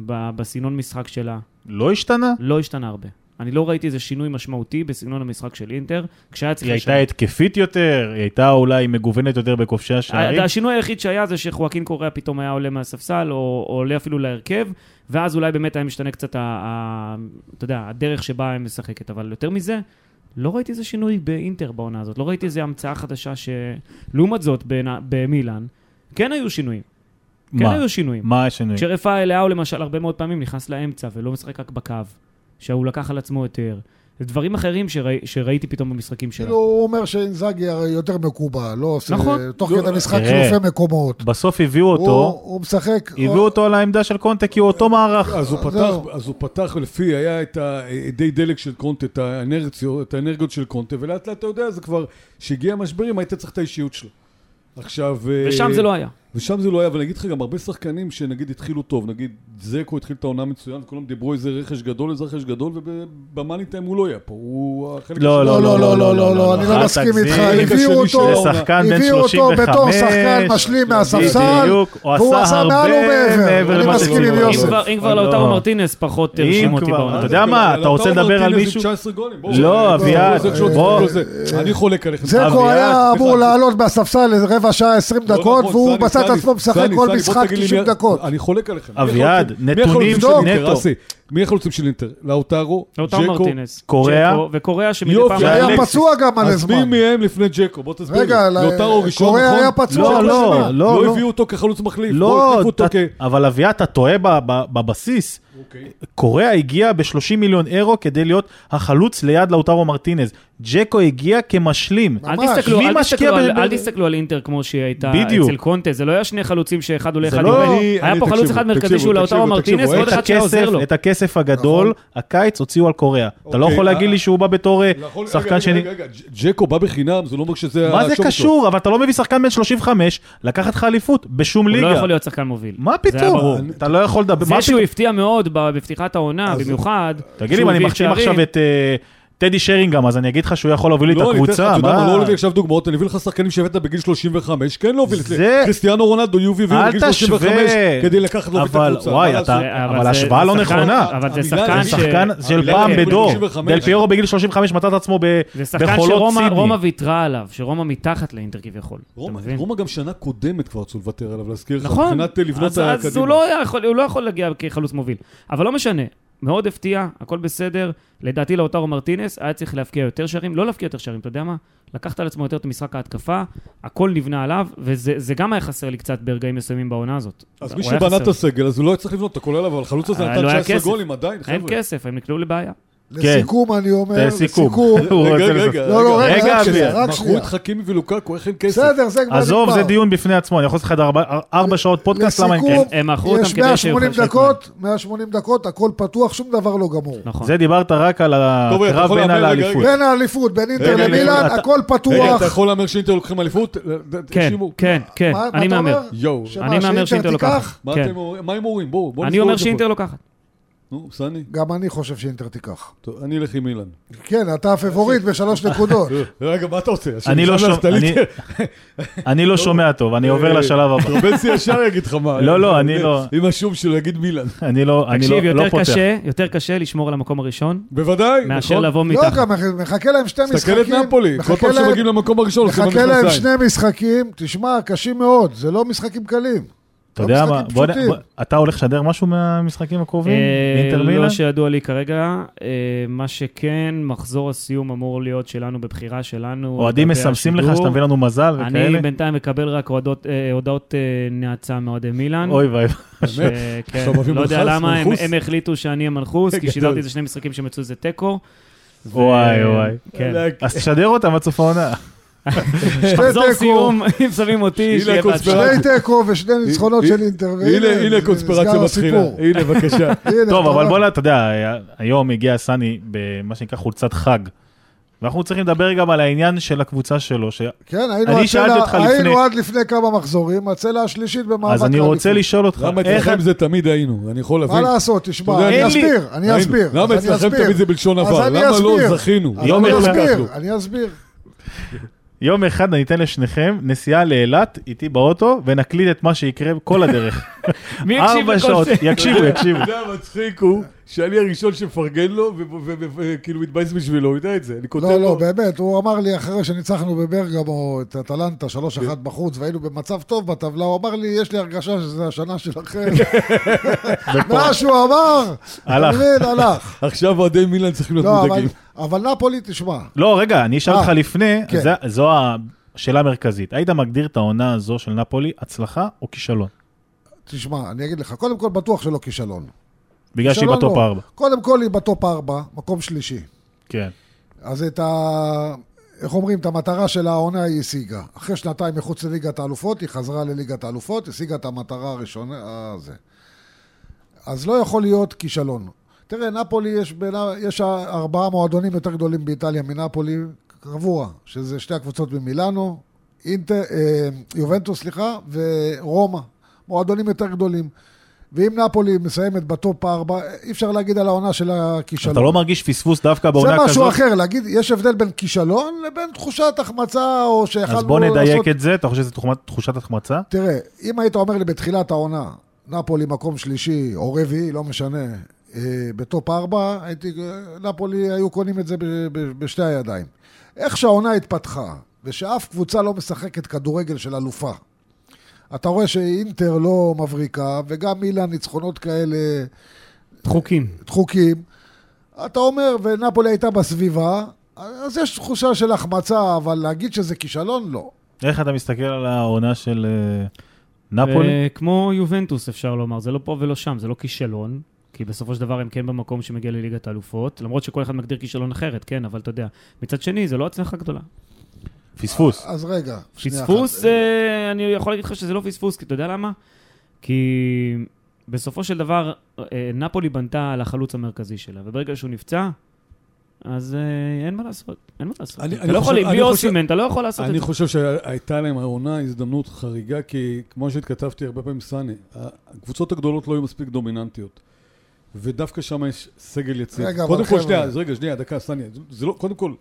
S3: ב- בסגנון משחק שלה.
S2: לא השתנה?
S3: לא השתנה הרבה. אני לא ראיתי איזה שינוי משמעותי בסגנון המשחק של אינטר, כשהיה צריך
S2: היא הייתה התקפית יותר, היא הייתה אולי מגוונת יותר בכובשי השערים.
S3: השינוי היחיד שהיה זה שחואקין קוריאה פתאום היה עולה מהספסל, או, או עולה אפילו להרכב, ואז אולי באמת היה משתנה קצת, ה, ה, אתה יודע, הדרך שבה היא משחקת. אבל יותר מזה, לא ראיתי איזה שינוי באינטר בעונה הזאת, לא ראיתי איזה המצאה חדשה ש... לעומת זאת, בעיני- במילאן, כן היו שינויים. כן
S2: מה?
S3: היו שינויים.
S2: מה השינוי?
S3: כשרפאל לאהו למשל הרבה מאוד פעמים נכנס לאמצע ולא משחק רק בקו, שהוא לקח על עצמו יותר. זה דברים אחרים שראי, שראיתי פתאום במשחקים
S5: כאילו,
S2: לא,
S3: שלו.
S5: הוא אומר שאינזאגי הרי יותר מקובע, לא עושה...
S3: נכון.
S5: תוך כדי המשחק
S2: תראה,
S5: חילופי מקומות.
S2: בסוף הביאו
S5: הוא
S2: אותו,
S5: הוא אה, משחק...
S2: הביאו אותו על העמדה של קונטה, כי הוא אותו מערך.
S4: אז הוא
S5: זהו.
S4: פתח, אז הוא פתח לפי, היה את האדי דלק של קונטה, את האנרציות, את האנרגיות של קונטה, ולאט לאט אתה יודע, זה כבר, כשהגיע המשברים, היית צריך את האישיות שלו. עכשיו... אה,
S3: ושם זה לא היה.
S4: ושם זה לא היה, אבל אני אגיד לך גם הרבה שחקנים שנגיד התחילו טוב, נגיד זקו התחיל את העונה מצוין, וכולם דיברו איזה רכש גדול, איזה רכש גדול, ובמאני טיים הוא לא היה פה, הוא החלק
S2: לא,
S5: לא, לא, לא, לא, לא, לא,
S2: לא,
S5: אני
S2: אל
S5: לא מסכים
S2: תגזים.
S5: איתך,
S2: זה
S5: הביאו
S4: השני של
S5: אותו,
S4: העונה.
S2: שחקן בן
S5: הביאו אותו
S2: 35,
S5: בתור שחקן משלים מהספסל,
S2: בדיוק, הוא
S5: והוא
S2: עשה
S5: עשה מעל
S2: הרבה
S5: ומעבר.
S2: מעבר
S5: אני
S2: למה
S5: מסכים עם
S2: שציפינו.
S3: אם
S5: יוסף.
S3: כבר- אם כבר
S2: לא.
S3: לאוטרו מרטינס פחות
S2: אם
S3: הרשים אותי
S2: כבר, אה,
S3: בעונה.
S2: אתה יודע מה, אתה רוצה לדבר על מישהו?
S4: 19 גולים, בואו.
S2: לא,
S4: בואו,
S2: אביעד,
S4: זה שלא
S2: בואו.
S4: תסתכלו על זה. אני חולק עליכם.
S5: זקו
S2: אביעד,
S5: היה אמור
S4: סליחה.
S5: לעלות מהספסל איזה רבע שעה 20
S4: לא
S5: דקות,
S4: נכון,
S5: והוא
S4: סני,
S5: מצא את
S4: סני,
S5: עצמו משחק
S4: סני,
S5: כל
S4: סני, בוא
S5: משחק
S4: תגיד לי מי
S5: 90
S4: ה-
S5: דקות.
S4: אני חולק עליכם. מי
S2: אביעד,
S4: החלוצים- מי
S2: נתונים
S4: החלוצים של
S2: של
S4: אינטר,
S2: נטו.
S4: אסי? מי החלוצים של אינטר? לאוטרו,
S3: לאוטרו
S4: ג'קו.
S3: מרטינס.
S2: אה, קוריאה?
S3: ג'קו, וקוריאה שמדי
S4: יופי,
S3: פעם...
S4: זה
S5: היה
S2: אלכסיס.
S5: פצוע גם מלא
S4: אז מי
S5: זמן.
S4: מהם לפני ג'קו? בוא תסביר לי.
S5: רגע, ל-
S4: לאוטרו ראשון, נכון?
S5: קוריאה היה פצוע
S2: לא,
S5: כל
S2: לא,
S5: הזמן.
S2: לא,
S4: לא
S2: לא.
S4: הביאו אותו כחלוץ מחליף. לא
S2: לא,
S4: החליפו אותו
S2: אתה-
S4: כ...
S2: אבל אביעד, אתה טועה ב- ב- בבסיס.
S4: אוקיי.
S2: קוריאה הגיע ב-30 מיליון אירו כדי להיות החלוץ ליד לאוטרו מרטינז. ג'קו הגיע כמשלים.
S3: אל
S5: ממש.
S3: תסתכלו,
S2: מי
S3: אל,
S2: משקיע
S3: תסתכלו על,
S2: ב- ב-
S3: אל תסתכלו על אינטר כמו שהיא הייתה
S2: בדיוק.
S3: אצל קונטה, זה לא היה שני חלוצים שאחד עולה
S2: זה
S3: אחד
S2: לא-
S3: עולה.
S4: אני-
S3: היה
S4: אני-
S3: פה חלוץ
S4: תקשיבו,
S3: אחד
S4: תקשיבו,
S3: מרכזי שהוא לאוטרו
S4: תקשיבו,
S3: מרטינס
S4: תקשיבו,
S3: ועוד
S2: את
S3: אחד שהיה
S2: הכסף,
S3: עוזר לו.
S2: את הכסף הגדול, הקיץ הוציאו על קוריאה. אתה לא
S4: אוקיי,
S2: יכול להגיד
S4: אה,
S2: לי שהוא בא בתור אה,
S4: נכון, רגע,
S2: שחקן
S4: רגע,
S2: שני.
S4: רגע, רגע, ג'- ג'קו בא בחינם, זה לא אומר שזה...
S2: מה זה
S4: השוק
S2: קשור? אבל אתה לא מביא שחקן בן 35 לקחת לך אליפות בשום
S3: הוא לא
S2: ליגה.
S3: יכול להיות שחקן מוביל.
S2: מה
S3: זה היה ברור.
S2: פתאום? אתה לא יכול לדבר. מה
S3: זה שהוא
S2: פתאום?
S3: הפתיע מאוד ב- בפתיחת העונה, במיוחד.
S2: תגיד לי,
S3: שהוא
S2: אם אני
S3: הביא
S2: מחשיב
S3: שערים,
S2: עכשיו את אה, טדי שרינגהם, אז אני אגיד לך שהוא יכול להוביל לי את
S4: לא, אני אתן לך,
S2: הקבוצה.
S4: אתה יודע
S2: מה?
S4: מה, לא להביא עכשיו דוגמאות, אני אביא לך שחקנים שהבאת בגיל 35, כן להוביל את
S2: זה-
S4: זה. קריסטיאנו רונלדו יובי הביאו
S2: אל
S4: בגיל
S2: תשווה.
S4: 35, כדי לקחת לו את
S2: אבל,
S4: הקבוצה.
S2: וואי,
S4: מה
S2: אתה-
S4: לעשות?
S3: אה,
S2: אבל
S3: זה-
S2: השוואה
S3: זה
S2: לא
S3: שחקן-
S2: נכונה.
S3: אבל זה
S4: המילה-
S3: שחקן
S2: זה
S3: ש... כן,
S2: שחקן של
S4: המילה
S2: פעם
S4: בגיל
S2: בדור.
S4: 35.
S2: דל פיירו בגיל 35 מצא את עצמו ב-
S3: זה שחקן
S2: בחולות
S3: שרומא
S2: סידני.
S3: רומא ויתרה עליו, שרומא מתחת לאינטר כביכול. אתה
S4: רומא-
S3: מבין?
S4: רומא גם שנה קודמת כבר רצו לוותר עליו, להזכיר לך,
S3: נכון.
S4: מבחינת אה, לבנות
S3: אז, אז הוא,
S4: הקדימה.
S3: לא היה יכול, הוא לא יכול להגיע כחלוץ מוביל. אבל לא משנה, מאוד הפתיע, הכל בסדר. לדעתי לאוטרו מרטינס היה צריך להבקיע יותר שערים, לא להבקיע יותר שערים, אתה יודע מה? לקחת על עצמו יותר את משחק ההתקפה, הכל נבנה עליו, וזה זה גם היה חסר לי קצת ברגעים מסוימים בעונה הזאת.
S4: אז
S3: הוא
S4: מי
S3: היה
S4: שבנה
S3: חסר.
S4: את הסגל, אז הוא לא היה צריך לבנות את הכל עליו, אבל החלוץ הזה
S3: אה,
S4: נתן
S3: לא היה
S4: 19
S3: כסף.
S4: גולים עדיין, חבר'ה.
S3: אין כסף, הם נקלעו לבעיה.
S5: לסיכום, אני אומר,
S2: זה סיכום.
S5: לסיכום.
S2: הוא
S4: רגע,
S2: רוצה
S4: רגע,
S2: לסכם.
S5: לא, לא, רגע,
S2: רגע,
S5: רק שנייה,
S2: אביה.
S5: רק
S4: מכרו
S5: שנייה.
S4: את חכימי ולוקקו, איך אין כסף?
S5: בסדר, זה כבר נגמר.
S2: עזוב, זה דיון בפני עצמו, אני יכול לעשות לך ארבע- ארבע שעות פודקאסט, למה אם כן?
S5: לסיכום,
S3: הם מכרו אותם
S5: יש
S3: כדי שיהיו
S5: 180
S3: חלשים.
S5: דקות, 180 דקות, הכל פתוח, שום דבר לא גמור.
S3: נכון.
S2: זה דיברת רק על
S4: טוב, אתה
S2: הקרב
S4: יכול
S2: בין
S4: להמר,
S2: על
S4: רגע,
S2: האליפות.
S5: בין האליפות, בין אינטר
S4: רגע,
S5: למילאן,
S2: רגע,
S5: הכל
S4: רגע, אתה
S5: פתוח.
S4: יכול להאמר שאינטר לוקחים אליפות?
S3: כן,
S4: תקשיבו.
S3: כן, כן,
S5: מה- מה
S3: אני
S5: אתה
S3: מהמר.
S5: אומר?
S4: יואו.
S5: שמה,
S3: אני מהמר שאינטר
S5: תיקח?
S3: לוקחת.
S4: מה
S3: כן.
S4: אתם אומרים? מה הם אומרים? בואו, בואו
S3: אני
S4: נסגור
S3: אומר
S4: את זה פה.
S3: שאינטר לא לוקחת.
S4: נו, סני.
S5: גם אני חושב שאינטר תיקח.
S4: טוב, אני אלך עם אילן.
S5: כן, אתה הפבוריט בשלוש נקודות.
S4: רגע, מה אתה רוצה?
S5: כן,
S2: אני לא
S4: שאני
S2: שומע-
S4: אשלח את הליטר?
S2: אני לא שומע טוב, אני עובר
S4: אה,
S2: לשלב הבא.
S4: טרובצי ישר יגיד לך מה.
S2: לא, לא, אני לא.
S4: עם השום שלו יגיד מילן.
S2: אני לא, אני
S3: תקשיב,
S2: לא, לא
S3: יותר
S2: פותח.
S3: קשה, יותר קשה לשמור על המקום הראשון,
S4: בוודאי,
S3: מאשר
S4: נכון?
S3: לבוא
S5: לא,
S3: מתחת.
S5: גם מחכה להם שתי משחקים.
S4: תסתכל את נפולי, כל
S5: מחכה
S4: פעם
S5: להם-
S4: שמגיעים למקום הראשון עושים
S5: מחכה להם
S4: במכנסיים.
S5: שני משחקים, תשמע, קשים מאוד, זה לא משחקים קלים.
S2: אתה יודע מה,
S5: לא משחקים
S2: בוא, נ-
S5: פשוטים.
S2: בוא, אתה הולך לשדר משהו מהמשחקים הקרובים?
S3: אה,
S2: אינטר מילאן?
S3: לא שידוע לי כרגע. אה, מה שכן, מחזור הסיום אמור להיות שלנו בבחירה שלנו.
S2: אוהדים
S3: לגבי
S2: מסמסים לך
S3: השידור.
S2: שאתה מביא לנו מזל
S3: אני
S2: וכאלה?
S3: בינתיים מקבל רק הודעות, אה, הודעות אה, נאצה מאוהדי מילאן.
S2: אוי ואי.
S3: ש- כן,
S4: עכשיו אוהבים
S3: לא יודע
S4: מנחוס,
S3: למה, הם-
S4: מנחוס.
S3: הם החליטו שאני המנחוס, כי
S4: גדול.
S3: שידרתי איזה שני משחקים שמצאו איזה תיקו. ו-
S2: וואי, וואי.
S3: כן.
S4: אלק.
S2: אז תשדר אותם עד סוף העונה.
S3: מחזור
S5: תיקו.
S3: סיום, אם שמים אותי,
S4: הנה
S3: שיהיה
S4: הקונספירציה.
S3: בהצלחה.
S5: שני תיקו ושני ניצחונות של אינטר.
S4: אה, הנה, הנה קונספירציה
S5: נסגר
S4: מתחילה.
S5: הסיפור.
S4: הנה, בבקשה.
S5: הנה,
S2: טוב,
S5: אתה
S2: אבל
S5: רואה?
S2: בוא'נה, אתה יודע, היום הגיע סני במה שנקרא חולצת חג. ואנחנו צריכים לדבר גם על העניין של הקבוצה שלו. ש...
S5: כן, היינו,
S2: אני
S5: עד
S2: שאלתי
S5: צלע-
S2: אותך לפני-
S5: היינו עד לפני כמה מחזורים, הצלע השלישית במאבק.
S2: אז אני רוצה
S5: לאליפות.
S2: לשאול אותך,
S4: למה
S2: איך...
S4: אצלכם זה תמיד היינו? אני יכול
S5: מה
S4: להבין.
S5: לעשות, תשמע,
S4: אתה יודע,
S5: אני
S2: אין לי-
S5: אסביר, אני
S4: היינו.
S5: אסביר.
S4: למה
S5: אז אני
S4: אצלכם
S5: אסביר.
S4: תמיד זה בלשון
S5: אז
S4: עבר?
S5: אני
S4: למה לא
S5: אסביר.
S4: זכינו?
S5: אז
S2: יום
S5: אני
S2: אחד.
S5: אסביר, אני אסביר.
S2: יום אחד אני אתן לשניכם נסיעה לאילת איתי באוטו, ונקליט את מה שיקרה כל הדרך.
S3: מי יקשיב
S2: ארבע
S3: לכל
S2: שעות,
S3: זה?
S2: יקשיבו, יקשיבו.
S4: אתה יודע, המצחיק הוא שאני הראשון שמפרגן לו וכאילו כאילו מתבאס בשבילו, הוא יודע את זה. אני כותב
S5: לא, לא,
S4: לו.
S5: באמת, הוא אמר לי אחרי שניצחנו בברגמו את אטלנטה 3-1 בחוץ והיינו במצב טוב בטבלה, הוא אמר לי, יש לי הרגשה שזו השנה שלכם. מה שהוא אמר,
S2: הלך.
S5: אתה מבין, הלך.
S4: עכשיו אוהדי מילאן צריכים להיות
S5: לא, אבל-
S4: מודאגים.
S5: אבל נפולי, תשמע,
S2: לא, רגע, אני אשאל
S5: אה,
S2: אותך לפני,
S5: כן.
S2: זה- זו השאלה המרכזית. היית מגדיר את העונה הזו של נפולי הצלחה או כישלון?
S5: תשמע, אני אגיד לך, קודם כל בטוח שלא כישלון.
S2: בגלל שהיא
S5: כישלון
S2: בטופ
S5: לא.
S2: ארבע.
S5: קודם כל היא בטופ ארבע, מקום שלישי.
S2: כן.
S5: אז את ה... איך אומרים? את המטרה של העונה היא השיגה. אחרי שנתיים מחוץ לליגת האלופות, היא חזרה לליגת האלופות, השיגה את המטרה הראשונה, הזה. אז לא יכול להיות כישלון. תראה, נפולי, יש, בין, יש ארבעה מועדונים יותר גדולים באיטליה מנפולי, קבוע, שזה שתי הקבוצות במילאנו, אינטר, אה, יובנטוס, סליחה, ורומא. מועדונים יותר גדולים. ואם נפולי מסיימת בטופ ארבע, אי אפשר להגיד על העונה של הכישלון.
S2: אתה לא מרגיש פספוס דווקא בעונה
S5: זה
S2: כזאת?
S5: משהו אחר, להגיד, יש הבדל בין כישלון לבין תחושת החמצה, או שיכלנו
S2: אז בוא נדייק את זה, אתה חושב שזו תחומת- תחושת החמצה?
S5: תראה, אם היית אומר לי בתחילת העונה, נפולי מקום שלישי או רביעי, לא משנה, אה, בטופ ארבע, הייתי, אה, נפולי היו קונים את זה ב, ב, בשתי הידיים. איך שהעונה התפתחה, ושאף קבוצה לא משחקת כדורגל של אלופה, אתה רואה שאינטר לא מבריקה, וגם מילאן ניצחונות כאלה
S3: חוקים.
S5: דחוקים, אתה אומר, ונפולי הייתה בסביבה, אז יש תחושה של החמצה, אבל להגיד שזה כישלון, לא.
S2: איך אתה מסתכל על העונה של אה, נפולי?
S3: אה, כמו יובנטוס, אפשר לומר, זה לא פה ולא שם, זה לא כישלון, כי בסופו של דבר הם כן במקום שמגיע לליגת האלופות, למרות שכל אחד מגדיר כישלון אחרת, כן, אבל אתה יודע. מצד שני, זה לא הצלחה גדולה.
S2: פספוס.
S5: אז רגע, שנייה
S3: פספוס,
S5: אחת.
S3: אה, אני יכול להגיד לך שזה לא פספוס, כי אתה יודע למה? כי בסופו של דבר, אה, נפולי בנתה על החלוץ המרכזי שלה, וברגע שהוא נפצע, אז אה, אין מה לעשות, אין מה לעשות.
S4: אני-
S3: אתה
S4: אני
S3: לא
S4: חושב-
S3: יכול,
S4: אני
S3: בלי
S4: חושב-
S3: אוסימן, אתה לא יכול לעשות את
S4: אני
S3: זה.
S4: חושב שהייתה להם העונה הזדמנות חריגה, כי כמו שהתכתבתי הרבה פעמים סאני, הקבוצות הגדולות לא היו מספיק דומיננטיות. ודווקא שם יש סגל יציב.
S5: רגע, אבל
S4: קודם כל,
S5: חבר'ה-
S4: שנייה, אז רגע, שנייה, דקה, סאני. זה- זה לא, קודם כל,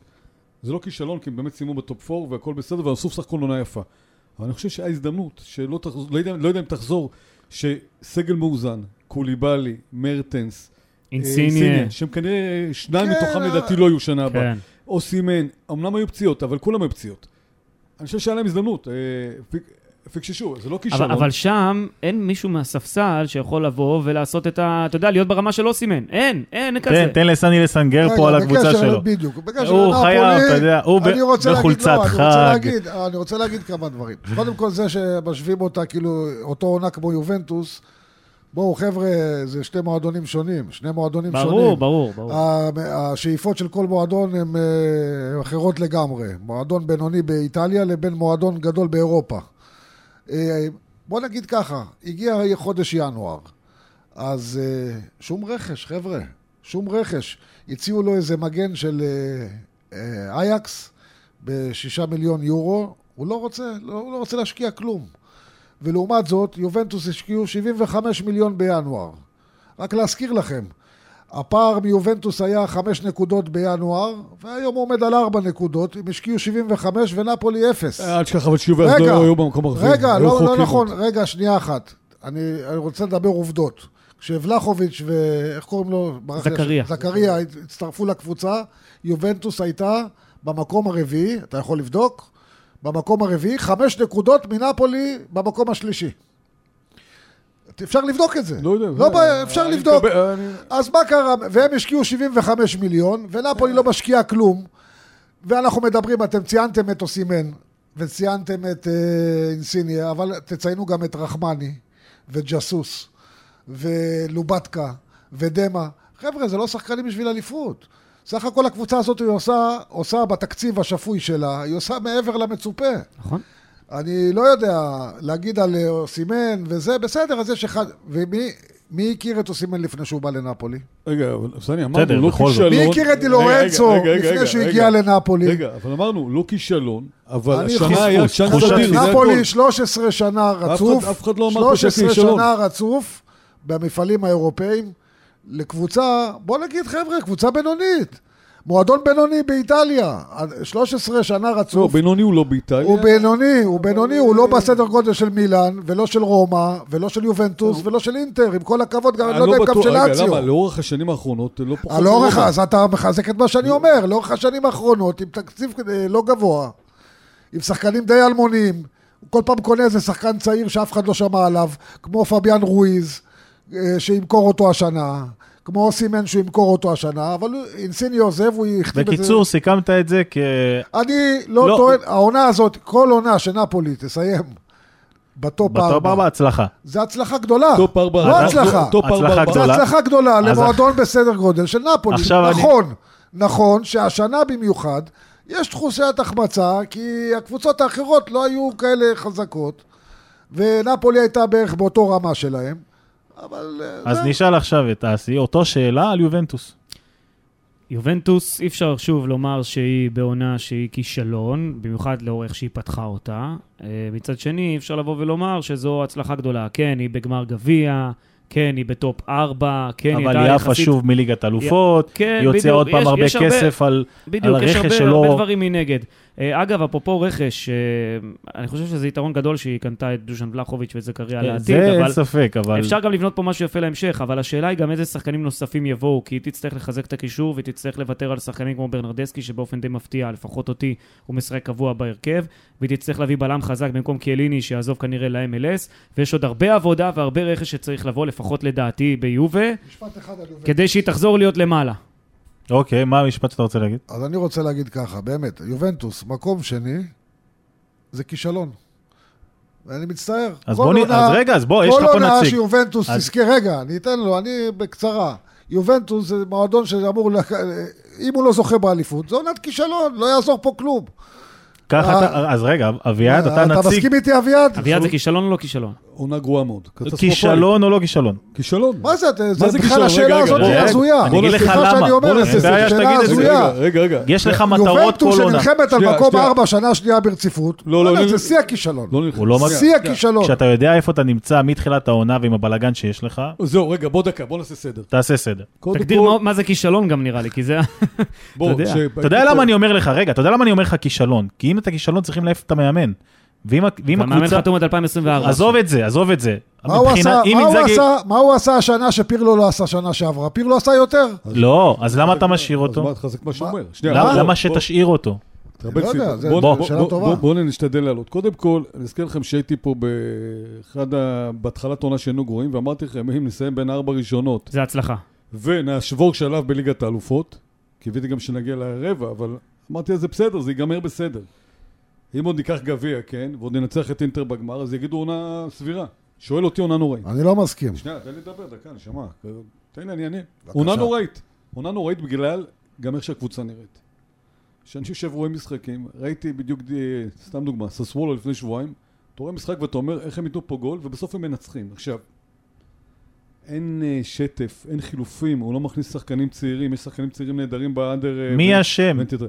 S4: זה לא כישלון, כי הם באמת סיימו בטופ 4 והכל בסדר, והם עשו סך הכל עונה יפה. אבל אני חושב שהיה הזדמנות, שלא תחזור, לא יודע, לא יודע אם תחזור, שסגל מאוזן, קוליבאלי, מרטנס, אה,
S3: אינסיני.
S4: אינסיניה, שהם כנראה, שניים
S5: כן,
S4: מתוכם
S5: אבל-
S4: לדעתי לא יהיו שנה הבאה.
S3: כן.
S4: או סימן, אמנם היו פציעות, אבל כולם היו פציעות. אני חושב שהיה להם הזדמנות, אה, פיק- פיקששו, זה לא
S3: אבל,
S4: כישלון.
S3: אבל שם אין מישהו מהספסל שיכול לבוא ולעשות את ה... אתה יודע, להיות ברמה של אוסימן. אין, אין, אין כזה.
S2: תן, תן לסני לסנגר
S5: רגע,
S2: פה על
S5: בקשר
S2: הקבוצה
S5: ל-
S2: שלו.
S5: בדיוק, בקשר
S2: הוא
S5: לנפולי,
S2: חייב, אתה יודע, הוא ב-
S5: אני רוצה להגיד-
S2: בחולצת
S5: לא, אני רוצה
S2: חג.
S5: להגיד- אני רוצה להגיד כמה דברים. קודם כל זה שמשווים אותה, כאילו, אותו עונה כמו יובנטוס, בואו חבר'ה, זה שתי מועדונים שונים, שני מועדונים שונים.
S3: ברור, ברור, ברור.
S2: אה.
S5: ה- השאיפות של כל מועדון הן אה, אחרות לגמרי. מועדון בינוני באיטליה לבין מועדון גדול באירופה. אה, בוא נגיד ככה, הגיע חודש ינואר, אז אה, שום רכש, חבר'ה, שום רכש. הציעו לו איזה מגן של אה, אה, אייקס בשישה מיליון יורו, הוא לא רוצה, לא, הוא לא רוצה להשקיע כלום. ולעומת זאת, יובנטוס השקיעו 75 מיליון בינואר. רק להזכיר לכם, הפער מיובנטוס היה חמש נקודות בינואר, והיום הוא עומד על ארבע נקודות, הם השקיעו 75 ונפולי אפס.
S4: אה, אל תשכח, אבל שיובי אז
S5: רגע,
S4: לא היו במקום הרביעי.
S5: רגע,
S4: היו
S5: לא, לא
S4: חוקים.
S5: נכון, רגע, שנייה אחת. אני, אני רוצה לדבר עובדות. כשבלחוביץ' ואיך קוראים לו? ברח לי
S3: זכריה.
S5: השם, זכריה הצטרפו לקבוצה, יובנטוס הייתה במקום הרביעי, אתה יכול לבדוק, במקום הרביעי, חמש נקודות מנפולי במקום השלישי. אפשר לבדוק את זה.
S4: לא יודע.
S5: לא
S4: זה-
S5: בעיה, אפשר
S4: אני
S5: לבדוק.
S4: מקבל- אני-
S5: אז מה קרה? והם השקיעו 75 מיליון, ונפולי לא משקיעה כלום, ואנחנו מדברים, אתם ציינתם את אוסימן, וציינתם את אה, אינסיניה, אבל תציינו גם את רחמני, וג'סוס, ולובטקה, ודמה. חבר'ה, זה לא שחקנים בשביל אליפות. סך הכל הקבוצה הזאת היא עושה, עושה בתקציב השפוי שלה, היא עושה מעבר למצופה.
S3: נכון?
S5: אני לא יודע להגיד על אה, אוסימן וזה, בסדר, אז יש אחד... ומי מי הכיר את אוסימן לפני שהוא בא לנפולי?
S4: רגע, אבל סני, אמרנו,
S2: בסדר,
S4: לא
S2: בכל זאת.
S4: כישלון...
S5: מי הכיר את
S4: רגע,
S5: דילורנצו
S4: רגע, רגע, רגע,
S5: לפני שהוא
S4: רגע.
S5: הגיע לנפולי?
S4: רגע, אבל אמרנו, לא כישלון, אבל
S5: אני
S4: השנה
S5: חושב-
S4: היה צ'אנס
S2: תחושת
S4: אדיר, לא, זה הכל.
S5: נפולי 13 שנה רצוף,
S4: אף אחד לא אמר פה
S5: 13
S4: שכישלון.
S5: שנה רצוף במפעלים האירופאים לקבוצה, בוא נגיד חבר'ה, קבוצה בינונית. מועדון בינוני באיטליה, 13 שנה
S4: לא,
S5: רצוף.
S4: בינוני הוא לא באיטליה.
S5: הוא בינוני, הוא בינוני, הוא לא בסדר גודל של מילאן, ולא של רומא, ולא של יובנטוס,
S4: לא.
S5: ולא של אינטר, עם כל הכבוד, גם אני לא יודע אם גם של
S4: רגע,
S5: לאציו.
S4: למה? לאורך השנים האחרונות, לא פחות...
S5: אה, לאורך,
S4: מרומא.
S5: אז אתה מחזק את מה שאני אומר, לאורך השנים האחרונות, עם תקציב אה, לא גבוה, עם שחקנים די אלמונים, הוא כל פעם קונה איזה שחקן צעיר שאף אחד לא שמע עליו, כמו פביאן רואיז, אה, שימכור אותו השנה, כמו סימן שהוא ימכור אותו השנה, אבל אינסיני עוזב, הוא יכתיב את זה.
S2: בקיצור, סיכמת את זה כ...
S5: אני לא,
S2: לא.
S5: טוען, העונה הזאת, כל עונה שנפולי תסיים בטופ
S2: בטופ
S5: ארבע,
S2: ארבע הצלחה.
S5: זה הצלחה גדולה.
S4: טופ ארבע.
S5: לא הצלחה.
S4: טופ
S2: הצלחה
S4: ארבע.
S5: זו
S2: גדולה.
S5: הצלחה גדולה
S2: אז-
S5: למועדון בסדר גודל של נפולי.
S2: עכשיו אני-
S5: נכון, נכון שהשנה במיוחד יש תחושת החמצה, כי הקבוצות האחרות לא היו כאלה חזקות, ונפולי הייתה בערך באותו רמה שלהם, אבל... אה,
S2: אז
S5: זה-
S2: נשאל עכשיו את אסי, אותו שאלה על יובנטוס.
S3: יובנטוס, אי אפשר שוב לומר שהיא בעונה שהיא כישלון, במיוחד לאור איך שהיא פתחה אותה. אה, מצד שני, אי אפשר לבוא ולומר שזו הצלחה גדולה. כן, היא בגמר גביע, כן, היא בטופ 4, כן,
S2: אבל היא עפה שוב מליגת אלופות,
S3: כן,
S2: היא הוציאה
S3: בדיוק.
S2: עוד פעם
S3: יש-
S2: הרבה
S3: יש הרבה-
S2: כסף על...
S3: בדיוק,
S2: על
S3: יש
S2: הרכש
S3: הרבה,
S2: שלו.
S3: הרבה דברים מנגד. אה, אגב, אפרופו רכש, אה, אני חושב שזה יתרון גדול שהיא קנתה את דושן בלחוביץ' ואת זכריה לעתיד,
S2: אה, זה אין
S3: אבל...
S2: ספק, אבל...
S3: אפשר גם לבנות פה משהו יפה להמשך, אבל השאלה היא גם איזה שחקנים נוספים יבואו, כי היא תצטרך לחזק את הקישור והיא תצטרך לוותר על שחקנים כמו ברנרדסקי, שבאופן די מפתיע, לפחות אותי, הוא משחק קבוע בהרכב, והיא תצטרך להביא בלם חזק במקום קיאליני, שיעזוב כנראה ל-MLS, ויש עוד הרבה עבודה והרבה רכש שצריך לבוא, לפחות לדעתי, ביובה,
S5: משפט אחד על יובל.
S3: כדי שהיא תחזור להיות למעלה.
S2: אוקיי, מה המשפט שאתה רוצה להגיד?
S5: אז אני רוצה להגיד ככה, באמת, יובנטוס, מקום שני, זה כישלון. ואני מצטער.
S2: אז
S5: כל
S2: בוא נ...
S5: עונה-
S2: אז רגע, אז בוא, יש לך
S5: כל
S2: פה
S5: עונה
S2: נציג.
S5: שיובנטוס
S2: אז-
S5: תזכה, רגע, אני אתן לו, אני בקצרה. יובנטוס זה מועדון שאמור, לק- אם הוא לא זוכה באליפות, זו עונת כישלון, לא יעזור פה כלום.
S2: ככה אתה... אז רגע, אביעד, אתה
S5: אה, אתה
S2: נציג.
S5: מסכים איתי, אביעד?
S3: אביעד זה כישלון או לא כישלון?
S4: עונה גרועה מאוד. קטסטרופלית.
S2: כישלון או לא כישלון?
S4: כישלון.
S5: מה זה, אתה- זה
S4: זה
S5: בכלל
S4: כישלון? רגע,
S5: השאלה
S4: רגע,
S5: הזאת היא
S2: רגע,
S5: הזויה.
S2: אני אגיד לך
S5: סליחה
S2: למה.
S5: שאני
S2: בוא
S5: אומר,
S4: נעשה
S5: זו
S4: את זה,
S2: אין בעיה
S5: שאלה
S2: שתגיד את זה.
S5: הזויה.
S4: רגע, רגע, רגע.
S2: יש לך מטרות לא, כל
S5: יובנטוס
S2: עונה.
S5: שנלחמת על
S4: שנייה,
S5: מקום
S4: שנייה.
S5: ארבע שנה שנייה ברציפות,
S4: לא, לא,
S5: וואלה,
S4: לא,
S5: זה
S4: לא.
S5: שיא הכישלון.
S4: לא נלחץ.
S2: הוא לא
S4: שנייה,
S5: שיא
S4: שנייה.
S5: הכישלון.
S2: כשאתה יודע איפה אתה נמצא מתחילת העונה ועם הבלגן שיש לך,
S4: זהו, רגע, בוא דקה, בוא נעשה סדר.
S2: תעשה סדר.
S4: קודם
S3: תגדיר
S4: כל,
S3: מה- מה זה כישלון גם נראה לי, כי זה...
S4: בוא,
S2: אתה יודע.
S4: ש-
S2: אתה יודע למה אני אומר לך, רגע, אתה יודע למה אני אומר לך כישלון? כי אם אתה כישלון צריכים להעיף את המאמן. ואם ה- ואם
S3: המאמן
S2: הקבוצה...
S3: חתום עד 2024.
S2: עזוב את זה, עזוב את זה.
S5: מה הוא
S2: מבחינת-
S5: עשה-
S2: אם
S5: מה הוא
S2: איזגי-
S5: עשה- מה הוא עשה השנה שפירלו לא עשה שנה שעברה? פירלו עשה יותר.
S2: לא, אז למה אתה
S4: אז
S2: משאיר
S4: מה,
S2: אותו?
S4: תחזק מה שהוא
S5: מה?
S4: אומר. שנייה,
S2: למה
S4: בוא,
S2: למה
S4: בוא,
S2: שתשאיר אותו?
S4: תרבה
S5: לא יודע,
S4: דפיקות.
S5: זה-
S4: בוא-
S5: זה
S4: בוא-
S5: שאלה
S4: בוא-
S5: טובה.
S4: בוא- בוא נשתדל לעלות. קודם כל, אני אזכיר לכם שהייתי פה באחד ה... בהתחלת עונה שהיינו גרועים, ואמרתי לכם, אם נסיים בין ארבע ראשונות
S3: זה הצלחה.
S2: לא,
S4: ונשבור שלב בליגת האלופות, קיוויתי גם שנגיע לרבע, אבל אמרתי, אז זה בסדר, זה ייגמר בסדר. אם עוד ניקח גביע, כן, ועוד ננצח את אינטר בגמר, אז יגידו עונה סבירה. שואל אותי עונה נוראית.
S5: אני לא מסכים.
S4: שנייה, תן לי לדבר, דקה, נשמה. תן לי, אני אענה. עונה נוראית. עונה נוראית בגלל גם איך שהקבוצה נראית. כשאני יושב רואה משחקים, ראיתי בדיוק, אה, סתם דוגמה, ססוולו לפני שבועיים, אתה רואה משחק ואתה אומר איך הם ייתנו פה גול, ובסוף הם מנצחים. עכשיו, אין אה, שטף, אין חילופים, הוא לא מכניס שחקנים צעירים, יש שחקנים צעירים נהדרים באנדר... אה,
S2: מי
S4: ו-
S2: אשם?
S4: ונתראה.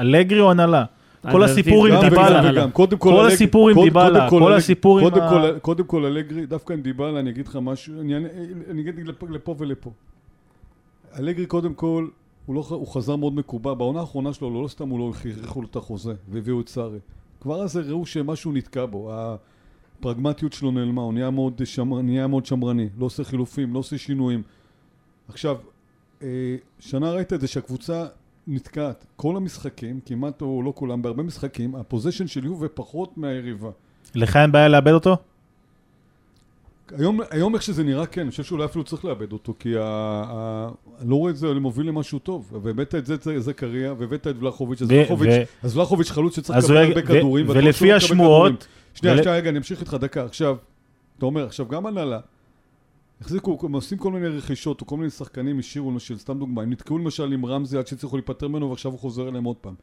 S2: אלגרי או הנהלה? כל
S3: אלגרטי,
S2: הסיפור עם
S3: גם
S4: גם וגם
S2: דיבאלה.
S4: וגם. קודם כל,
S2: כל
S4: אלג-
S2: הסיפור עם
S4: קוד-
S2: דיבאלה,
S4: קודם כל
S2: כל
S4: אלג-
S2: הסיפור עם
S4: קודם
S2: ה-
S4: כל- קודם כל אלגרי, דווקא עם דיבאלה, אני אגיד לך משהו, אני אענה- אני אגיד לפה- לפה ולפה. אלגרי קודם כל, הוא, לא, ח- הוא חזר מאוד מקובע, בעונה האחרונה שלו, לא סתם הוא לא הכריחו לו את החוזה, והביאו את סארי. כבר אז ראו שמשהו נתקע בו, הפרגמטיות שלו נעלמה, הוא נהיה מאוד, שמר, נהיה מאוד שמרני, לא עושה חילופים, לא עושה שינויים. עכשיו, אה, שנה ראית את זה שהקבוצה נתקעת, כל המשחקים, כמעט או לא כולם, בהרבה משחקים, הפוזיישן של יובה פחות מהיריבה.
S2: לך אין בעיה לאבד אותו?
S4: היום, היום איך שזה נראה, כן, אני חושב שאולי אפילו צריך לאבד אותו, כי ה, ה, אני לא רואה את זה מוביל למשהו טוב. והבאת את זה, זה זכריה, והבאת את ולחוביץ', אז
S2: ו-
S4: ולחוביץ',
S2: ו-
S4: אז ולחוביץ' חלוץ שצריך
S2: אז
S4: לקבל
S2: הוא
S4: הרבה
S2: יג- ו-
S4: כדורים. ואתה רואה
S2: ולפי
S4: שהוא לא מקבל
S2: השמועות-
S4: כדורים. שנייה,
S2: ול-
S4: שנייה, רגע, אני אמשיך איתך דקה. עכשיו, אתה אומר, עכשיו גם הנהלה, החזיקו, הם עושים כל מיני רכישות, או כל מיני שחקנים השאירו, למשל, סתם דוגמה, הם נתקעו למשל עם רמזי עד שהצליחו להיפטר ממנו, ועכשיו הוא חוזר אליהם עוד פעם.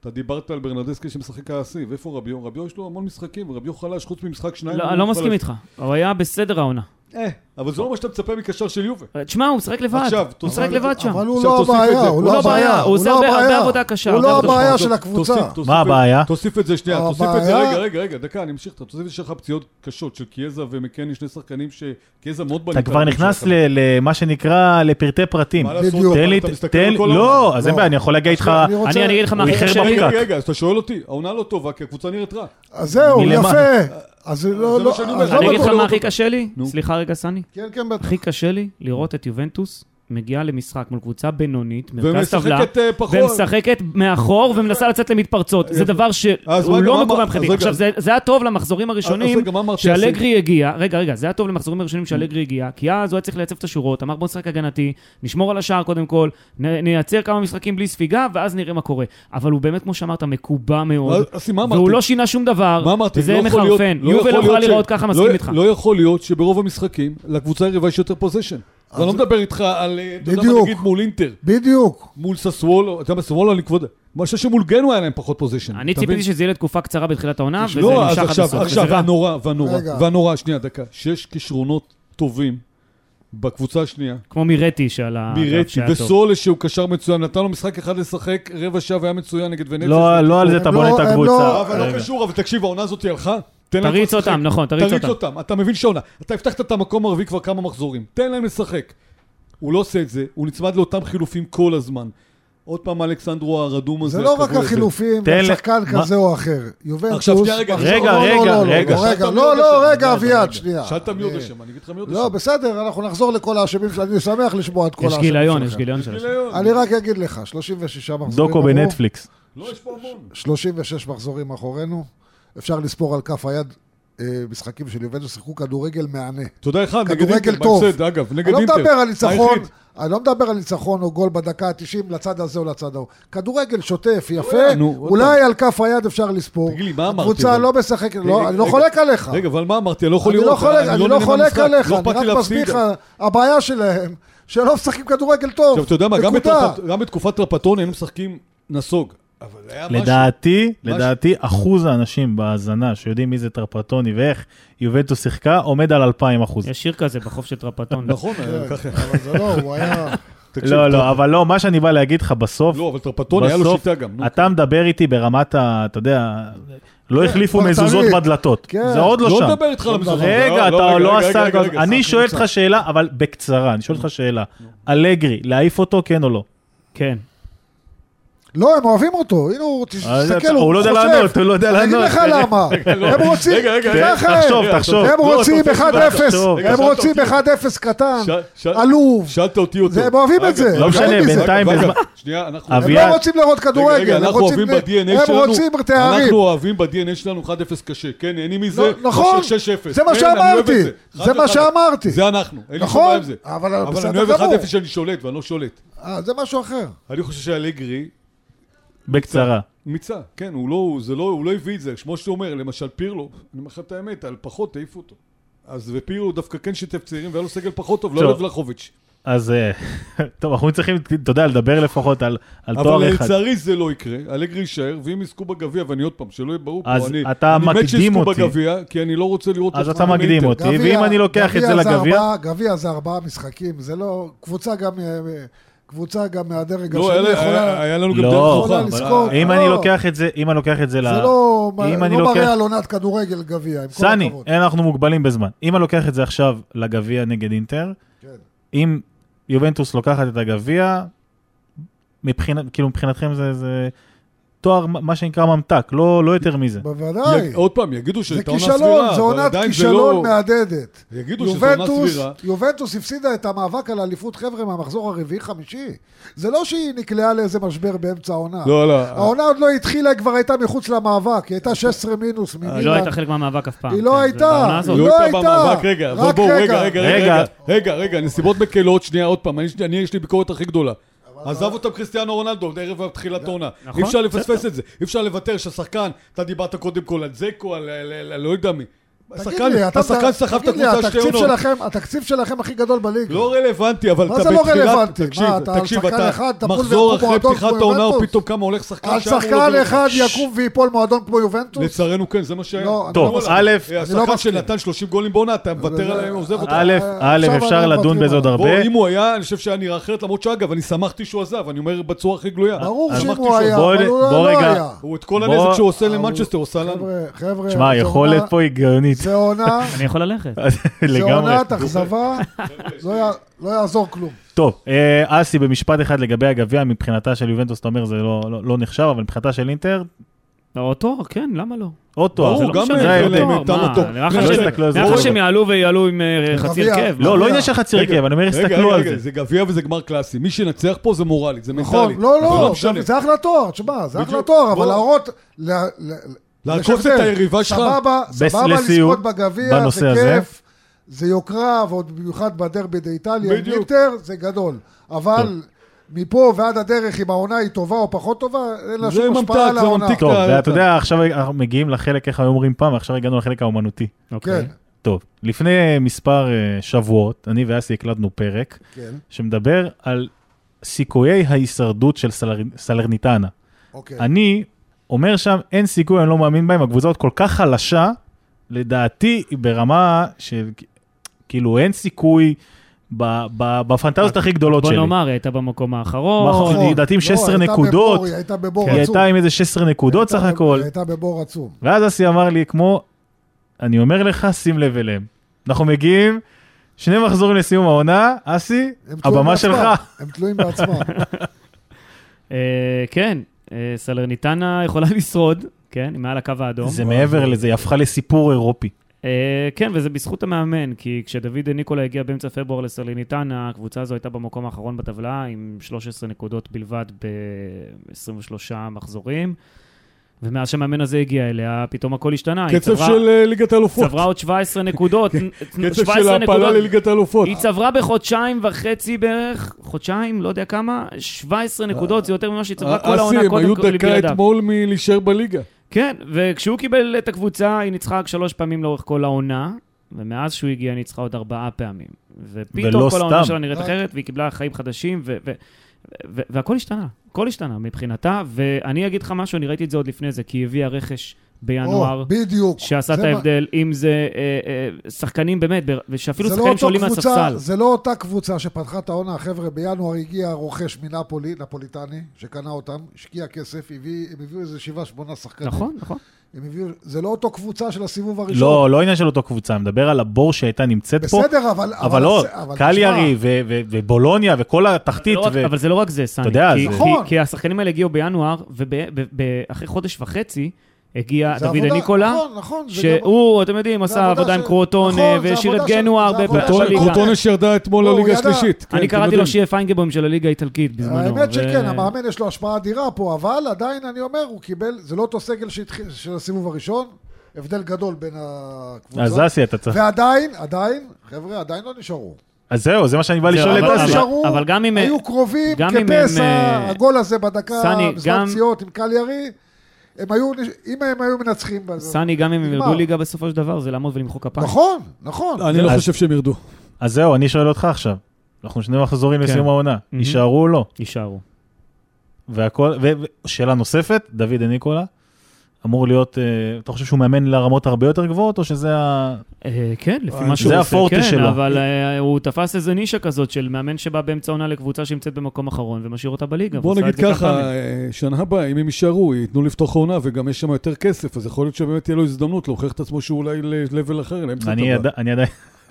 S4: אתה דיברת על ברנדסקי שמשחק האסיב, איפה רביו? רביו יש לו המון משחקים, רביו חלש, חוץ ממשחק שניים.
S3: לא,
S4: הוא
S3: אני לא
S4: חלש.
S3: מסכים איתך, הוא היה בסדר העונה.
S4: אה, אבל זה לא מה שאתה מצפה מקשר של יובה.
S3: תשמע, הוא משחק לבד.
S4: עכשיו,
S3: הוא משחק
S4: אבל-
S3: לבד שם.
S5: אבל הוא
S4: עכשיו
S5: לא
S4: תוסיף את
S5: הבעיה,
S4: זה.
S5: הוא לא הבעיה.
S3: הוא עושה
S5: לא
S3: הרבה- הרבה
S5: הבעיה.
S3: עבודה קשה,
S5: הוא
S3: הרבה
S5: לא
S3: עבודה
S5: הבעיה
S4: תוסיף-
S5: של הקבוצה.
S4: תוסיף- תוסיף
S2: מה
S4: את-
S2: הבעיה?
S4: תוסיף את זה שנייה, תוסיף את זה,
S5: הבעיה-
S4: רגע, רגע, רגע, דקה, אני אמשיך, אתה תוסיף את שיש לך פציעות קשות של קיאזה ומקני, שני שחקנים שקיאזה מאוד בנית.
S2: אתה כבר
S4: עליהם
S2: נכנס
S4: שלך.
S2: ל- למה שנקרא לפרטי פרטים.
S4: מה לעשות,
S5: בדיוק.
S4: אבל
S2: תן לי,
S4: אתה מסתכל
S2: תן,
S4: על כל העונה.
S2: לא, אז אין
S5: לא.
S2: בעיה, אני יכול להגיע איתך,
S5: אני רוצה-
S3: אני אני אגיד לך מה
S2: הוא
S3: הכי
S2: איחר
S3: קשה לי.
S2: בפקק.
S4: רגע, רגע, אז אתה שואל אותי, העונה לא טובה, כי הקבוצה נראית רע.
S5: אז זהו,
S2: מלמעלה.
S5: יפה. אז לא,
S4: זה
S5: לא,
S4: מה שאני אומר,
S5: אז לא
S3: אני אגיד לך
S5: בטוח.
S3: מה הכי קשה לי?
S4: נו.
S3: סליחה רגע, סני.
S5: כן, כן, בטח.
S3: הכי קשה לי לראות את יובנטוס מגיעה למשחק מול קבוצה בינונית, מרכז טבלה,
S4: ומשחקת אה, פחות.
S3: ומשחקת מאחור ומנסה לצאת למתפרצות. זה דבר
S4: אז
S3: שהוא
S4: רגע, מה
S3: לא
S4: אמר-
S3: מקובל
S4: אז
S3: מבחינתי.
S4: רגע,
S3: עכשיו,
S4: אז-
S3: זה- זה היה טוב למחזורים הראשונים
S4: רגע, מה אמרתי,
S3: שאלגרי הגיע, רגע, רגע, זה היה טוב למחזורים הראשונים שאלגרי הגיע, כי אז הוא היה צריך לייצב את השורות, אמר בוא נשחק הגנתי, נשמור על השער קודם כל, נ- נייצר כמה משחקים בלי ספיגה, ואז נראה מה קורה. אבל הוא באמת, כמו שאמרת, מקובע מאוד,
S4: אז- אז מה אמרתי?
S3: והוא לא שינה שום
S4: מה
S3: דבר,
S4: אמרתי?
S3: וזה
S4: לא יכול להיות-
S3: מחרפן.
S4: לא יכול
S3: יובל לא
S4: להיות
S3: יכולה
S4: ש-
S3: להיראות ככה,
S4: לא-
S3: מסכים איתך.
S4: לא יכול להיות שברוב המשחקים לקבוצה היריבה יש יותר פוזיישן. אני לא מדבר איתך על, אה, אתה יודע מה,
S5: בדיוק.
S4: נגיד מול אינטר,
S5: בדיוק.
S4: מול ססוולו, אתה יודע מה, ססוולו אני כבוד... אני חושב שמול גנו היה להם פחות פוזיישן.
S3: אני ציפיתי שזה יהיה לתקופה קצרה בתחילת העונה, וזה
S4: לא, אז
S3: נמשך עד
S4: עכשיו,
S3: הסוף.
S4: עכשיו,
S3: וזה רע.
S4: והנורא, והנורא,
S5: רגע.
S4: והנורא, שנייה, דקה. שיש כישרונות טובים בקבוצה השנייה.
S3: כמו מירטי שעלה...
S4: מירטי
S3: אה, שהיה טוב.
S4: וסולה שהוא קשר מצוין, נתן לו משחק אחד לשחק, רבע שעה והיה מצוין נגד ונציה.
S2: לא, לא על זה
S5: הם
S2: אתה
S5: לא-
S2: בונה את
S5: הם לא-
S2: הקבוצה.
S4: אבל
S2: רגע.
S4: לא קשור, אבל תקשיב, העונה הזאת היא הלכה. תן להם
S3: אה, תריץ
S4: כבר לשחק.
S3: אותם, נכון, תריץ אותם.
S4: אתה מבין שעונה. אתה הבטחת את המקום הרביעי כבר כמה מחזורים. תן להם לשחק. הוא לא עושה את זה, הוא נצמד לאותם חילופים כל הזמן. עוד פעם אלכסנדרו הרדום הזה.
S5: זה לא
S4: הקבוע
S5: רק
S4: הזה.
S5: החילופים,
S2: תן ל-
S5: שחקן
S2: מה?
S5: כזה או אחר. יובנטוס...
S4: עכשיו, שנייה, רגע,
S5: מחזור-
S2: רגע,
S5: לא, לא,
S2: רגע,
S5: לא, לא,
S2: רגע.
S5: לא, רגע.
S4: שאלת מי
S5: לא,
S4: עוד
S5: לא,
S4: אשם.
S5: רגע, אביעד, שנייה.
S4: שאלת מי עוד
S5: אני-
S4: אשם, אני אגיד לך מי עוד אשם.
S5: לא, בסדר, אנחנו נחזור לכל האשמים שלנו, אני שמח לשמוע את כל
S3: יש
S5: האשמים
S3: גיליון,
S5: שלכם.
S3: יש גיליון של השם.
S5: אני רק אגיד לך, 36 מחזורים
S2: דוקו
S5: עברו,
S2: בנטפליקס.
S4: לא, יש פה המון.
S5: 36 מחזורים מאחורינו, אפשר לספור על כף היד אה, משחקים של יובנטוס, שיחקו כדורגל מהנה.
S4: תודה אחד, נגד
S5: כדורגל
S4: אינטר,
S5: טוב.
S4: בהפסד, אגב, נגד
S5: אני לא
S4: אינטר.
S5: מדבר על ניצחון,
S4: היחיד.
S5: אני לא מדבר על ניצחון או גול בדקה ה-90 לצד הזה או לצד ההוא. כדורגל שוטף, יפה,
S4: אה, נו, עוד
S5: אולי על כף היד אפשר לספור.
S4: תגיד לי, מה אמרתי?
S5: הקבוצה
S4: אבל?
S5: לא משחקת,
S4: רגע,
S5: לא- אני לא
S4: רגע.
S5: חולק עליך.
S4: רגע, אבל מה אמרתי? אני לא יכול
S5: אני לא
S4: לראות.
S5: חולק- אני לא
S4: נהנה
S5: חולק
S4: מהמשחק,
S5: עליך,
S4: לא
S5: אני
S4: אכפת לי
S5: רק
S4: להפסיד.
S5: מסביר לך, הבעיה שלהם, שלא משחקים כדורגל טוב.
S4: עכשיו, אתה יודע מה, גם
S5: נקודה.
S4: בתרפת- גם בתקופת טרפטון היינו משחקים נסוג. אבל היה משהו.
S2: לדעתי,
S4: משהו.
S2: לדעתי, אחוז האנשים בהאזנה שיודעים מי זה טרפטוני ואיך יובנטוס שיחקה, עומד על 2,000 אחוז.
S3: יש שיר כזה בחוף של טרפטון.
S4: נכון, היה ככה.
S5: אבל זה לא, הוא היה...
S4: תקשיב,
S2: לא,
S4: טרפ-
S2: לא, אבל לא, מה שאני בא להגיד לך בסוף,
S4: לא, אבל טרפטון היה לו
S2: בסוף
S4: שיטה גם. נו.
S2: אתה מדבר איתי ברמת ה... אתה יודע, לא החליפו
S5: כבר
S2: מזוזות
S5: תמיד.
S2: בדלתות.
S5: כן.
S2: זה עוד לא
S4: לא
S2: שם.
S4: מדבר איתך על המזוזות.
S2: רגע, אתה לא עשה... אני
S4: אני...
S2: שואל אותך שאלה, אבל בקצרה, אני שואל אותך שאלה. אלגרי, להעיף אותו, כן או לא?
S3: כן.
S5: לא, הם אוהבים אותו, הנה הוא,
S2: אז אתה-
S5: תסתכל,
S2: הוא לא יודע
S5: חושב.
S2: לענות, הוא לא יודע
S5: אני אגיד
S2: לענות.
S5: לך למה, הם רוצים,
S4: רגע, רגע,
S5: תדע לך,
S2: תחשוב, תחשוב.
S5: הם
S4: לא,
S5: רוצים
S4: אתה רוצה
S5: 1-0,
S2: תחשוב.
S4: רגע,
S5: הם
S4: שאלת
S5: רוצים
S4: אותי.
S5: 1-0 קטן,
S4: ש- ש-
S5: עלוב,
S4: שאלת אותי אותו.
S5: זה- הם אוהבים
S4: רגע,
S5: את זה.
S2: לא משנה,
S5: רגע,
S2: בינתיים...
S4: רגע,
S2: בזמן-
S4: שנייה, אנחנו...
S5: הם
S2: אביעד,
S5: לא רוצים לראות
S4: רגע, רגע,
S5: כדורגל, הם
S4: אנחנו
S5: רוצים-
S4: אוהבים ב-DNA
S5: הם
S4: שלנו,
S5: רוצים תארים,
S4: אנחנו אוהבים ב-DNA שלנו 1-0 קשה, כן, נהנים מזה,
S5: לא, נכון.
S4: חושב 6-0.
S5: זה מה
S4: כן, אני אוהב את
S5: שאמרתי.
S4: זה.
S5: זה מה
S4: 1-1.
S5: שאמרתי.
S4: זה אנחנו, אין לי שום בעיה
S5: נכון,
S4: עם זה.
S5: אבל
S4: אבל אני
S5: בסדר
S4: אוהב
S5: גמור,
S4: 1-0 שאני שולט, ואני לא שולט.
S5: אה, זה משהו אחר,
S4: אני חושב שאלגרי
S2: בקצרה.
S4: מיצה, כן, הוא לא, הוא- זה לא, הוא לא הביא את זה, כמו שאתה אומר, למשל פירלו, אני אומר לך את האמת, על פחות העיפו אותו. אז ופירלו דווקא כן שיתף צעירים, והיה לו סגל פחות טוב, לא
S2: טוב.
S4: לב לחוביץ'.
S2: אז אה, טוב, אנחנו צריכים, אתה יודע, לדבר לפחות על על
S4: אבל
S2: תואר אחד.
S4: לצערי זה לא יקרה, אלגרי יישאר, ואם יזכו בגביע, ואני עוד פעם, שלא יהיה ברור פה,
S2: אז
S4: אני,
S2: אתה
S4: אני
S2: מקדים
S4: מת שיזכו
S2: אותי.
S4: בגביע, כי אני לא רוצה לראות...
S2: אז
S4: אותם
S2: אתה
S4: עם
S2: מקדים
S4: אינטר.
S2: אותי. ואם
S5: גביע-
S2: אני לוקח את
S5: גביע
S2: זה לגביע?
S5: ארבעה- גביע זה ארבעה משחקים, זה לא, קבוצה גם, אה, אה, קבוצה גם מהדרג
S4: לא,
S5: השני
S4: היה-
S5: יכולה,
S4: היה- היה לנו גם דרך
S2: לא,
S5: יכולה
S4: נוחה.
S5: לזכות.
S4: אבל-
S2: אם אני
S5: לא.
S2: לוקח את זה, אם אני לוקח את זה ל...
S5: זה לא
S2: אם
S5: לא
S2: אני לוקח-
S5: מראה על עונת כדורגל גביע, עם כל
S2: סני,
S5: הכבוד.
S2: אנחנו מוגבלים בזמן. אם אני לוקח את זה עכשיו לגביע נגד אינטר,
S5: כן.
S2: אם יובנטוס לוקחת את הגביע, מבחינת, כאילו מבחינתכם זה, זה תואר, מה שנקרא ממתק, לא, לא יותר מזה.
S5: בוודאי.
S4: יג- עוד פעם, יגידו
S5: זה
S4: שהייתה עונה סבירה,
S5: כישלון, זה
S4: אבל
S5: עונת
S4: עדיין זה
S5: כישלון
S4: לא-
S5: מהדהדת.
S4: יגידו שזו עונה
S5: יובנטוס,
S4: סבירה.
S5: יובנטוס הפסידה את המאבק על אליפות חבר'ה מהמחזור הרביעי-חמישי. זה לא שהיא נקלעה לאיזה משבר באמצע העונה.
S4: לא, לא.
S5: העונה עוד לא התחילה, היא כבר הייתה מחוץ למאבק. היא הייתה 16
S4: אה,
S5: מינוס
S3: היא לא
S5: ממילן.
S3: הייתה חלק מהמאבק אף פעם.
S5: היא לא
S3: כן,
S5: הייתה.
S3: בעונה הזאת.
S5: היא
S4: לא
S5: לא
S4: הייתה
S5: הייתה.
S4: במאבק, רגע, אבל
S5: רק
S4: בואו, רגע,
S5: רגע,
S4: רגע, רגע,
S2: רגע.
S4: רגע, רגע, נסיבות מקלות, שנייה, עוד פעם, אני- אני, יש לי ביקורת הכי גדולה. עזב
S5: לא.
S4: אותם קריסטיאנו רונלדו, עוד ערב תחילת העונה. אי
S3: נכון,
S4: אפשר לפספס את זה, אי אפשר לוותר שהשחקן, אתה דיברת קודם כל על זקו, על על- על- על לא יודע מי. השחקן-
S5: תגיד לי, אתה-
S4: השחקן סחב את
S5: תגיד לי,
S4: הקבוצה שתי
S5: התקציב
S4: עונות.
S5: שלכם- התקציב שלכם הכי גדול בליגה.
S4: לא רלוונטי, אבל
S5: מה
S4: אתה
S5: זה לא
S4: בתחילת-
S5: רלוונטי? מה,
S4: תקשיב,
S5: אתה על
S4: תקשיב,
S5: שחקן אחד,
S4: אתה
S5: אתה מול
S4: מחזור
S5: ואירופו
S4: אחרי
S5: מועדון
S4: פתיחת
S5: כמו
S4: העונה,
S5: יובנטוס?
S4: פתאום כמה הולך שחקן
S5: על
S4: שם, הוא
S5: שחקן
S4: לא-
S5: אחד
S4: ש-
S5: יקום ויפול מועדון כמו יובנטוס?
S4: לצערנו כן, זה מה שהיה.
S5: לא, אני
S2: טוב,
S5: לא
S2: אז
S5: מסכים.
S2: א',
S5: אני לא
S4: השחקן
S5: מסכים.
S4: שנתן 30 גולים בעונה, אתה מוותר
S5: אבל-
S4: עליהם, עוזב אותך.
S2: א', א',
S5: עכשיו
S2: אפשר
S5: אנחנו
S2: לדון
S5: מוותרים
S2: בזה עוד
S5: עליו.
S2: הרבה.
S4: בוא, אם הוא היה, אני חושב שהיה נראה אחרת, למרות שאגב, אני שמחתי שהוא עזב, אני אומר בצורה הכי גלויה.
S5: ברור
S4: שמחתי
S5: שאם
S4: שהוא
S5: הוא היה,
S2: בוא-
S5: אבל הוא לא
S2: בוא
S5: לא
S2: רגע.
S5: היה.
S4: הוא את כל
S2: בוא-
S4: הנזק שהוא עושה
S5: אבל-
S4: למנצ'סטר עושה לנו.
S5: חבר'ה, חבר'ה,
S2: תשמע,
S5: זו
S2: היכולת
S5: עונה-
S2: פה היא גאונית.
S5: זה עונה,
S3: אני יכול ללכת.
S5: זה
S2: לגמרי.
S5: עונת אכזבה, לא י- לא יעזור כלום.
S2: טוב, אה, אסי, במשפט אחד לגבי הגביע, מבחינתה של יובנטוס, אתה אומר, זה לא- לא לא נחשב, אבל מבחינתה של אינטר,
S3: אותו, כן, למה לא?
S2: עוד תואר.
S4: ברור,
S2: זה לא
S4: גם
S2: משנה,
S4: אה,
S2: זה
S4: אה,
S2: ההבדל.
S4: אה,
S3: לא,
S4: תם
S3: מה,
S4: אותו.
S3: נראה לך
S4: לא
S3: שהם-
S2: הסתכלו על זה.
S3: נראה לך
S2: רגע.
S3: שהם יעלו ויעלו עם אה, חצי
S5: גביע.
S3: הרכב.
S2: לא, לא
S5: רגע,
S2: עניין של חצי
S4: רגע,
S2: הרכב, אני אומר,
S4: רגע,
S2: הסתכלו
S4: רגע,
S2: על
S4: רגע,
S2: זה.
S4: זה גביע וזה גמר קלאסי. מי שינצח פה זה מורלית, זה מנטלית.
S5: נכון, לא,
S4: זה
S5: לא,
S4: משנה.
S5: זה- זה אחלה תואר, תשמע, זה אחלה
S4: בדיוק,
S5: תואר,
S4: בוא.
S5: אבל להראות... ל- ל-
S4: לעקוף
S5: יש
S4: את
S5: הבדל.
S4: היריבה שלך.
S5: סבבה,
S2: בס-
S5: סבבה
S2: לסיום,
S5: לזכות בגביע,
S2: בנושא
S5: זה
S2: הזה.
S5: כיף, זה יוקרה, ועוד במיוחד בדרבי באיטליה, עם
S4: בדיוק.
S5: אינטר, זה גדול. אבל מפה ועד הדרך, אם העונה היא טובה או פחות טובה, אין לה
S4: זה
S5: שום השפעה
S4: ממתק,
S5: על
S4: זה
S5: העונה.
S4: ממתיק.
S2: טוב,
S4: אתה-
S2: ואתה יודע, עכשיו אנחנו מגיעים לחלק, איך היו אומרים פעם, ועכשיו הגענו לחלק האומנותי.
S3: אוקיי.
S5: כן,
S2: טוב, לפני מספר אה, שבועות, אני ואסי הקלדנו פרק
S5: כן,
S2: שמדבר על סיכויי ההישרדות של סלר- סלרניטנה.
S5: אוקיי.
S2: אני אומר שם, אין סיכוי, אני לא מאמין בהם, הקבוצה הזאת כל כך חלשה, לדעתי, היא ברמה של, כאילו, אין סיכוי ב- ב- בפנטזיות הכי גדולות
S3: בוא
S2: שלי.
S3: נאמר, היא הייתה במקום האחרון.
S2: נכון.
S5: נכון.
S2: לדעתי עם
S5: לא,
S2: 16
S5: הייתה
S2: נקודות. כן.
S5: בבור, היא הייתה בבור עצום.
S2: היא הייתה עם איזה 16 נקודות סך
S5: הייתה בב-
S2: הכל.
S5: היא הייתה בבור עצום.
S2: ואז אסי אמר לי, כמו, אני אומר לך, שים לב אליהם. אנחנו מגיעים, שני מחזורים לסיום העונה, אסי,
S5: הם תלויים
S2: הבמה
S5: בעצמם,
S2: שלך.
S5: הם תלויים בעצמם.
S3: אה, כן, אה, סלרניטנה יכולה לשרוד, כן, היא מעל הקו האדום.
S2: זה
S3: לא.
S2: מעבר לזה, היא הפכה לסיפור אירופי.
S3: אה, כן, וזה בזכות המאמן, כי כשדוד ניקולה הגיע באמצע פברואר לסרליניטנה, הקבוצה הזו הייתה במקום האחרון בטבלה, עם 13 נקודות בלבד ב-23 מחזורים, ומאז שהמאמן הזה הגיע אליה, פתאום הכל השתנה. היא
S4: קצב
S3: צברה-
S4: של אה, ליגת האלופות.
S3: צברה עוד 17 נקודות.
S4: קצב
S3: 17
S4: של העפלה
S3: נקודות.
S4: לליגת האלופות.
S3: היא צברה בחודשיים וחצי בערך, חודשיים, לא יודע כמה, 17 נקודות, זה יותר ממה שהיא צברה כל העונה
S4: אה, אסי, הם היו
S3: קודם כל
S4: דקה
S3: בלעדיו.
S4: אתמול מלהישאר בליגה.
S3: כן, וכשהוא קיבל את הקבוצה, היא ניצחה רק שלוש פעמים לאורך כל העונה, ומאז שהוא הגיע היא ניצחה עוד ארבעה פעמים.
S2: ולא
S3: ופתאום כל העונה
S2: סתם.
S3: שלה נראית
S5: רק-
S3: אחרת, והיא קיבלה חיים חדשים, ו- ו- ו- והכל השתנה, הכל השתנה מבחינתה, ואני אגיד לך משהו, אני ראיתי את זה עוד לפני זה, כי היא הביאה רכש בינואר.
S5: או, בדיוק.
S3: שעשה
S5: זה
S3: את
S5: מה-
S3: ההבדל, אם זה אה, אה, שחקנים באמת, ב- ושאפילו
S5: זה לא
S3: שחקנים
S5: אותו
S3: שעולים
S5: קבוצה-
S3: מהספסל.
S5: זה לא אותה קבוצה שפתחה את העונה, חבר'ה, בינואר הגיע רוכש מנפולי, נפוליטני, שקנה אותם, השקיע כסף, הביא- הם הביאו איזה שבעה, שמונה שחקנים.
S3: נכון, נכון.
S5: הם הביאו, זה לא אותו קבוצה של הסיבוב הראשון.
S2: לא, לא עניין של אותו קבוצה, אני מדבר על הבור שהייתה נמצאת פה.
S5: בסדר, אבל...
S2: אבל לא,
S5: אבל
S2: קליארי
S5: תשמע,
S2: ו- ו- ובולוניה וכל התחתית.
S3: לא רק-
S2: ו-
S3: אבל זה לא רק זה, סני.
S2: יודע,
S3: כי-
S2: זה-
S3: כי-
S5: נכון.
S3: כי השחקנים האלה הגיעו בינואר, ואחרי חודש וחצי הגיע
S5: זה
S3: דוד
S5: עבודה-
S3: ניקולה,
S5: נכון, נכון. זה גם-
S3: שהוא, אתם יודעים,
S5: זה
S3: עשה
S5: עבודה
S3: עבודה עם
S5: של-
S3: קרוטון,
S5: נכון,
S3: אה,
S5: זה
S3: והשאיר את
S5: עבודה של-
S3: גנו
S5: זה
S3: הרבה
S5: עבודה
S3: פעמים
S5: של-
S3: בליגה.
S4: קרוטונה שירדה אתמול
S5: לא, הוא
S4: לליגה
S5: ידע.
S4: השלישית. כן,
S3: אני
S4: אתם
S3: קראתי
S4: יודעים.
S3: לו שיהיה פיינגבוים של הליגה האיטלקית בזמנו.
S5: האמת שכן,
S3: ו-
S5: המאמן יש לו השפעה אדירה פה, אבל עדיין אני אומר, הוא קיבל, זה לא אותו סגל שהתחיל- של הסיבוב הראשון, הבדל גדול בין
S2: אז
S3: לא-
S5: הקבוצות.
S2: אסי, אתה צריך...
S5: ועדיין, עדיין, חבר'ה, עדיין לא נשארו.
S2: אז זהו, זה מה שאני בא
S3: זהו,
S2: לשאול את
S3: אבל-
S5: לא
S2: אסי.
S5: נשארו,
S3: אבל גם אם-
S5: היו קרובים
S3: גם אם הם,
S5: כפסע,
S3: אה,
S5: הגול הזה בדקה,
S3: סני,
S5: בזמן
S3: גם-
S5: פציעות עם קליירי, הם היו, נש- אם הם היו מנצחים בזה.
S3: סני, גם אם הם
S5: נגמר.
S3: ירדו ליגה בסופו של דבר, זה לעמוד ולמחוא כפיים.
S5: נכון, נכון.
S4: אני לא
S2: אז-
S4: חושב שהם ירדו.
S2: אז זהו, אני שואל אותך עכשיו. אנחנו שני מחזורים
S3: כן.
S2: לסיום העונה,
S3: Mhm.
S2: יישארו או לא?
S3: יישארו.
S2: והכל, ושאלה נוספת, דוד ניקולה, אמור להיות, אה, אתה חושב שהוא מאמן לרמות הרבה יותר גבוהות, או שזה ה...
S3: אה, כן, לפי
S4: אה,
S3: מה
S4: זה
S3: שהוא עושה,
S2: הפורטה
S3: כן,
S2: שלו.
S3: אבל אה, הוא תפס איזה נישה כזאת של מאמן שבא באמצע עונה לקבוצה שנמצאת במקום אחרון ומשאיר אותה בליגה.
S4: בוא
S3: ועשה
S4: נגיד
S3: את זה כמה
S4: ככה,
S3: פעמים.
S4: אה, שנה הבאה, אם הם יישארו, ייתנו לפתוח העונה, וגם יש שם יותר כסף, אז יכול להיות שבאמת תהיה לו הזדמנות להוכיח את עצמו שהוא אולי ל-level אחר, לאמצע
S2: אני
S4: הטבלה.
S2: עדי- אני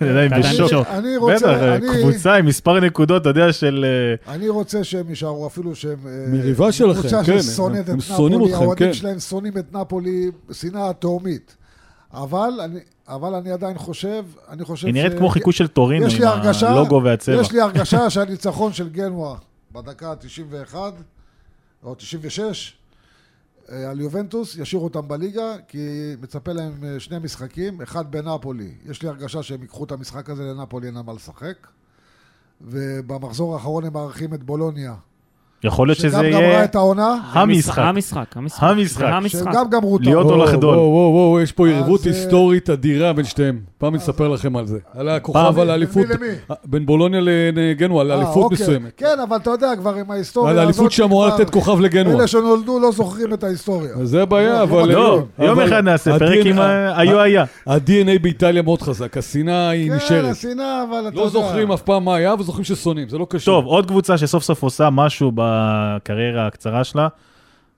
S2: עדיין אני עדיין
S3: אתה עדיין
S2: בשוק.
S3: בשוק.
S5: אני
S2: בטח,
S5: רוצה,
S2: אה,
S5: אני-
S2: קבוצה עם מספר נקודות, אתה יודע, של... אה,
S5: אני רוצה שהם יישארו, אפילו שהם... אה,
S4: מריבה שלכם,
S5: קבוצה
S4: כן,
S5: ששונאת
S4: הם
S5: את
S4: שונאים
S5: נפולי,
S4: אתכם, כן.
S5: האוהדים שלהם שונאים את נפולי שנאה תהומית. אבל אני- אבל אני עדיין חושב, אני חושב ש...
S2: היא נראית כמו חיקוי של טורינו,
S5: יש לי
S2: עם
S5: הרגשה-
S2: הלוגו והצבע.
S5: יש לי הרגשה שהניצחון של גנואה בדקה ה-91, או 96, אה, על יובנטוס, ישאירו אותם בליגה, כי מצפה להם אה, שני משחקים, אחד בנפולי. יש לי הרגשה שהם ייקחו את המשחק הזה לנפולי, אין להם מה לשחק. ובמחזור האחרון הם מארחים את בולוניה.
S2: יכול להיות
S5: שגם
S2: שזה
S5: גמרה
S2: יהיה
S5: את העונה,
S2: המשחק.
S3: המשחק, המשחק.
S2: המשחק.
S3: זה המשחק.
S5: שגם גמרו את
S2: להיות
S5: העונה.
S2: או
S4: וואו,
S2: לחדול.
S4: וואו, וואו, וואו, יש פה
S5: אז,
S4: יריבות
S5: אה,
S4: היסטורית אדירה בין שתיהם. פעם נספר לכם על זה. על
S2: פעם,
S4: הכוכב, על
S5: בין
S4: האליפות.
S5: מי למי?
S4: אה, בין בולוניה לגנוע, על
S5: אה,
S4: אליפות
S5: אוקיי.
S4: מסוימת.
S5: כן, אבל אתה יודע, כבר עם ההיסטוריה
S4: על
S5: הזאת...
S4: האליפות שאמורה
S5: כבר-
S4: לתת כוכב לגנוע.
S5: אלה שנולדו לא זוכרים את ההיסטוריה.
S4: אז זה הבעיה, אבל...
S2: לא, אה,
S4: אבל
S2: יום אחד נעשה פרק
S4: ה-DNA
S2: עם ה- היו היה.
S4: ה-DNA באיטליה מאוד חזק, השנאה היא
S5: כן,
S4: נשארת.
S5: השנאה, אבל אתה יודע...
S4: לא זוכרים אף פעם מה היה, וזוכרים ששונאים, זה לא קשור.
S2: טוב, עוד קבוצה שסוף סוף עושה משהו בקריירה הקצרה שלה,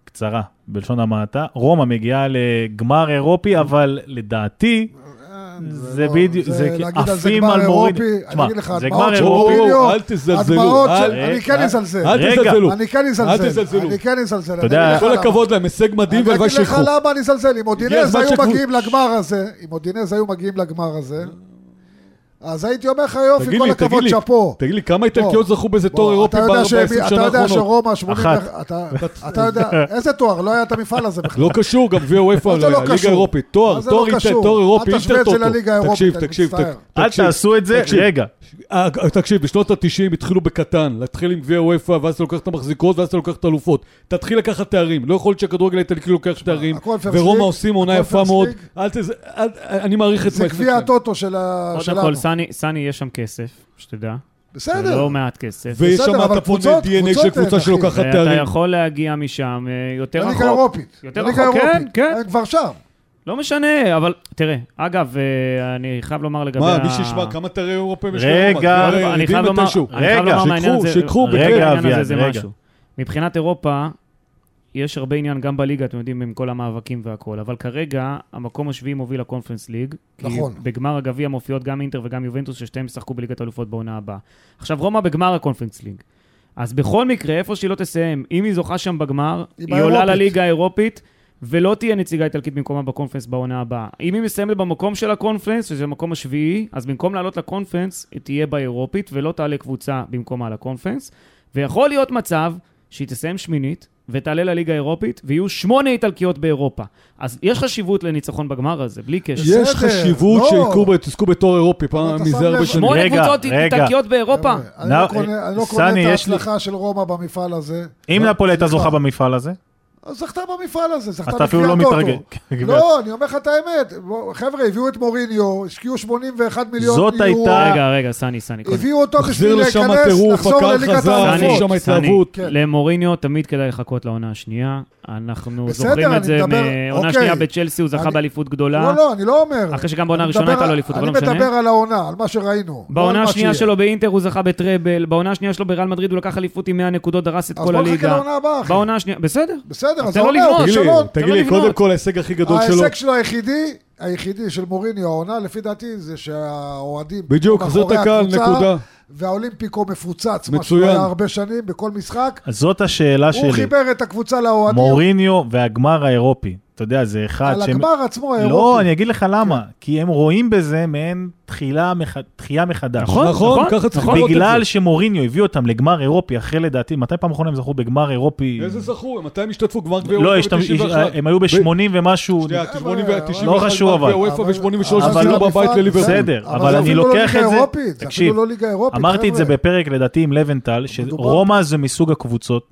S2: קצרה, בלשון המעטה, רומא מגיעה לגמר אירופי, אבל לדעתי,
S5: אין,
S2: זה
S5: לא-
S2: בדיוק- זה כי
S5: להגיד על זה
S2: עפים
S5: גמר
S2: על מוריד-
S5: אירופי,
S2: תשמע,
S5: אני אגיד לך,
S2: זה
S5: הדמעות
S2: גמר
S5: של
S2: אירופי.
S5: רוביניו,
S4: אל תזלזלו,
S5: הדמעות
S4: אל-
S5: של- אני כן אזלזל.
S4: אל
S2: רגע.
S4: תזלזלו.
S5: אני כן
S4: אל
S5: אזלזל.
S4: תזלזלו.
S5: אני כן אזלזל. אני
S2: יודע,
S5: אגיד לך
S4: כל
S5: למה.
S4: הכבוד להם, הישג מדהים,
S5: אני
S4: והלוואי
S5: אגיד לך
S4: שילכו.
S5: למה אני אזלזל, אם אודינז
S4: הזמן
S5: היו
S4: שקבוצ-
S5: מגיעים לגמר הזה, אם אודינז היו מגיעים לגמר הזה, אז הייתי אומר לך יופי,
S4: תגיד
S5: כל
S4: לי, תגיד
S5: הכבוד,
S4: לי,
S5: שאפו.
S4: תגיד לי, כמה איטלקיות זכו באיזה תואר אירופי
S5: אתה יודע
S4: ב-40
S5: שהם-
S4: שנה
S5: אתה יודע
S4: האחרונות?
S5: שרומא, 81,
S2: אחת.
S5: אתה- אתה יודע, איזה תואר, לא היה את המפעל הזה בכלל.
S4: לא קשור, גם גביע וופא,
S5: מה זה לא
S4: ליגה
S5: קשור?
S4: אירופית,
S5: מה
S4: תואר,
S5: זה
S4: תואר
S5: לא
S4: איטל-
S5: קשור?
S4: תואר אירופי,
S5: אל תשווה את זה
S4: אינטרטוטו.
S5: לליגה האירופית,
S4: תקשיב,
S5: אני
S4: תקשיב,
S5: מצטער.
S4: תק-
S2: אל
S4: תקשיב.
S2: תעשו את זה,
S4: תקשיב.
S2: רגע.
S4: אה, תקשיב, בשנות ה-90 התחילו בקטן, להתחיל עם גביע וופא, ואז אתה לוקח את המחזיקות, ואז אתה לוקח את האלופות. תתחיל לקחת תארים, לא יכול להיות שהכדורגל האיטלקי לוקח תארים,
S5: הקונפרנס
S4: ורומא
S5: ליג,
S4: עושים עונה יפה
S5: הקונפרנס
S4: מאוד.
S5: ליג.
S4: אל תז... אל- אני מעריך את
S5: זה
S4: מה שיש
S5: גביע
S4: להם.
S5: הטוטו של ה-
S3: קודם
S5: שלנו.
S3: כל, סני- סני, יש שם כסף, שתדע. זה
S5: בסדר.
S3: לא מעט כסף.
S4: ויש
S5: בסדר,
S4: שם
S5: אבל
S4: אתה פונה
S5: קבוצות-
S4: DNA של
S5: קבוצות
S4: קבוצה
S5: אין, אחי.
S4: שלוקחת
S3: ואתה
S4: תארים.
S3: יכול להגיע משם אה, יותר
S5: לליגה
S3: רחוק.
S5: האירופית.
S3: יותר
S5: לליגה
S3: רחוק, כן,
S5: האירופית.
S3: כן.
S5: הם כבר שם.
S3: לא משנה, אבל תראה, אגב, אה, אני חייב לומר לגבי...
S4: מה,
S3: ה-
S4: מי שישמע כמה תארים אירופאים יש
S2: רגע.
S4: להם?
S2: אני
S3: אני חייב לומר, אני חייב
S2: רגע,
S3: לומר מהעניין
S4: שיקחו,
S3: הזה,
S4: שיקחו,
S3: רגע,
S2: בכיף.
S3: העניין
S2: רגע,
S3: הזה זה
S2: אביעד,
S3: משהו. מבחינת אירופה, יש הרבה עניין גם בליגה, אתם יודעים, עם כל המאבקים והכול, אבל כרגע המקום השביעי מוביל לקונפרנס ליג. כי
S5: נכון.
S3: בגמר הגביע מופיעות גם אינטר וגם יובנטוס, ששתיהם ישחקו בליגת האלופות בעונה הבאה. עכשיו, רומא בגמר הקונפרנס ליג. אז בכל מקרה, איפה שהיא לא תסיים, אם היא זוכה שם בגמר,
S5: היא
S3: היא עולה
S5: באירופית.
S3: לליגה האירופית, ולא תהיה נציגה איטלקית במקומה בקונפרנס בעונה הבאה. אם היא מסיימת במקום של הקונפרנס, שזה המקום השביעי, אז במקום לעלות לקונפרנס, היא תהיה באירופית, ולא תעלה קבוצה במקומה לקונפרנס. ויכול להיות מצב שהיא תסיים שמינית, ותעלה לליגה האירופית, ויהיו שמונה איטלקיות באירופה. אז יש חשיבות לניצחון בגמר הזה, בלי קשר.
S4: יש
S5: בסדר,
S4: חשיבות
S5: לא.
S4: שיקחו ב- תזכו בתואר אירופי, פעם
S5: אתה
S4: מזה
S5: שם
S4: הרבה
S5: לב-
S4: שנים.
S3: שמונה
S2: רגע,
S3: קבוצות
S2: רגע.
S3: איטלקיות באירופה.
S5: אני לא
S2: נא-
S5: קונה- אני לא
S2: סני,
S5: קונה את
S2: יש לי-
S5: ההצלחה של רומא במפעל הזה.
S2: אם
S5: לא,
S2: נפולי הייתה
S5: סליחה.
S2: זוכה במפעל הזה,
S5: אז זכתה במפעל הזה, זכתה
S2: אתה אפילו לא
S5: בגביע הטוטו.
S2: מתרגל.
S5: לא, אני אומר לך את האמת. בוא, חבר'ה, הביאו את מוריניו, השקיעו 81 מיליון
S2: זאת
S5: יורו.
S2: הייתה- נכון.
S3: רגע, רגע, סני, סני. קודם.
S5: הביאו אותו
S4: מחזיר
S5: בשביל
S4: לשם
S5: להיכנס,
S4: הטירוף,
S5: לחזור
S4: הקהל
S5: לליגת
S4: חזר,
S5: הערבות.
S4: יש שם
S3: סני,
S4: התלהבות.
S5: כן.
S3: למוריניו תמיד כדאי לחכות לעונה השנייה. אנחנו
S5: בסדר,
S3: זוכרים
S5: אני
S3: את זה
S5: מדבר-
S3: מעונה
S5: אוקיי.
S3: שנייה בצ'לסי, הוא זכה
S5: אני-
S3: באליפות גדולה.
S5: לא, לא, אני לא אומר.
S3: אחרי שגם בעונה
S5: אני
S3: הראשונה
S5: מדבר-
S3: הייתה לו אליפות, אבל לא משנה.
S5: אני מדבר על העונה, על מה שראינו. לא על
S3: בעונה
S5: מה
S3: השנייה
S5: שיהיה.
S3: שלו באינטר הוא זכה בטראבל, בעונה השנייה שלו בריאל מדריד הוא לקח אליפות עם 100 נקודות, דרס את
S5: אז
S3: כל
S5: בוא נחכה
S3: הליגה.
S5: לעונה הבאה, אחי.
S3: בעונה השנייה, בסדר.
S5: בסדר, אז
S3: תן לו
S5: העונה,
S3: לבנות.
S5: הוא
S4: תגיד לי,
S5: כישלון.
S4: תגיד
S3: תן לו
S4: לי,
S3: לבנות.
S4: קודם כל ההישג הכי גדול שלו.
S5: ההישג שלו היחידי, היחידי של מוריניו העונה, לפי דעתי, זה שהאוהדים...
S4: בדיוק,
S5: מאחורי
S4: זאת הקהל,
S5: הקבוצה,
S4: נקודה.
S5: והאולימפיקו מפוצץ, מה
S4: מצוין.
S5: שהוא היה הרבה שנים, בכל משחק.
S2: אז זאת השאלה
S5: הוא
S2: שלי.
S5: חיבר את הקבוצה לאוהדים.
S2: מוריניו והגמר האירופי. אתה יודע, זה אחד
S5: על
S2: שהם-
S5: הגמר עצמו,
S2: לא,
S5: האירופי.
S2: אני אגיד לך למה. כי הם רואים בזה מעין תחילה מח- תחייה מחדש.
S3: נכון,
S4: נכון,
S3: נכון,
S4: ככה צריך
S3: נכון.
S4: לראות את
S2: בגלל
S4: זה.
S2: שמוריניו הביא אותם לגמר אירופי, אחרי לדעתי, מתי פעם אחרונה הם זכו בגמר אירופי?
S4: איזה זכו, מתי הם השתתפו? גמר גביע
S2: לא,
S4: וופא
S2: השת-
S4: ב-91.
S2: הם היו ב-80 ומשהו.
S4: שנייה, 80 ו-91.
S2: לא חשוב, אבל-
S4: גביע וופא ב-83
S2: אבל-
S4: הפסידו
S5: אבל-
S4: בבית לליברפול.
S2: בסדר, אבל
S5: זה
S2: אני
S5: אפילו לא
S2: לוקח
S5: ליגה
S2: את זה-
S5: אירופית, זה
S2: תקשיב,
S5: אפילו לא ליגה אירופית,
S2: אמרתי את זה
S5: חבר'ה.
S2: בפרק לדעתי עם לבנטל,
S5: מדובר-
S2: שרומא זה מסוג הקבוצות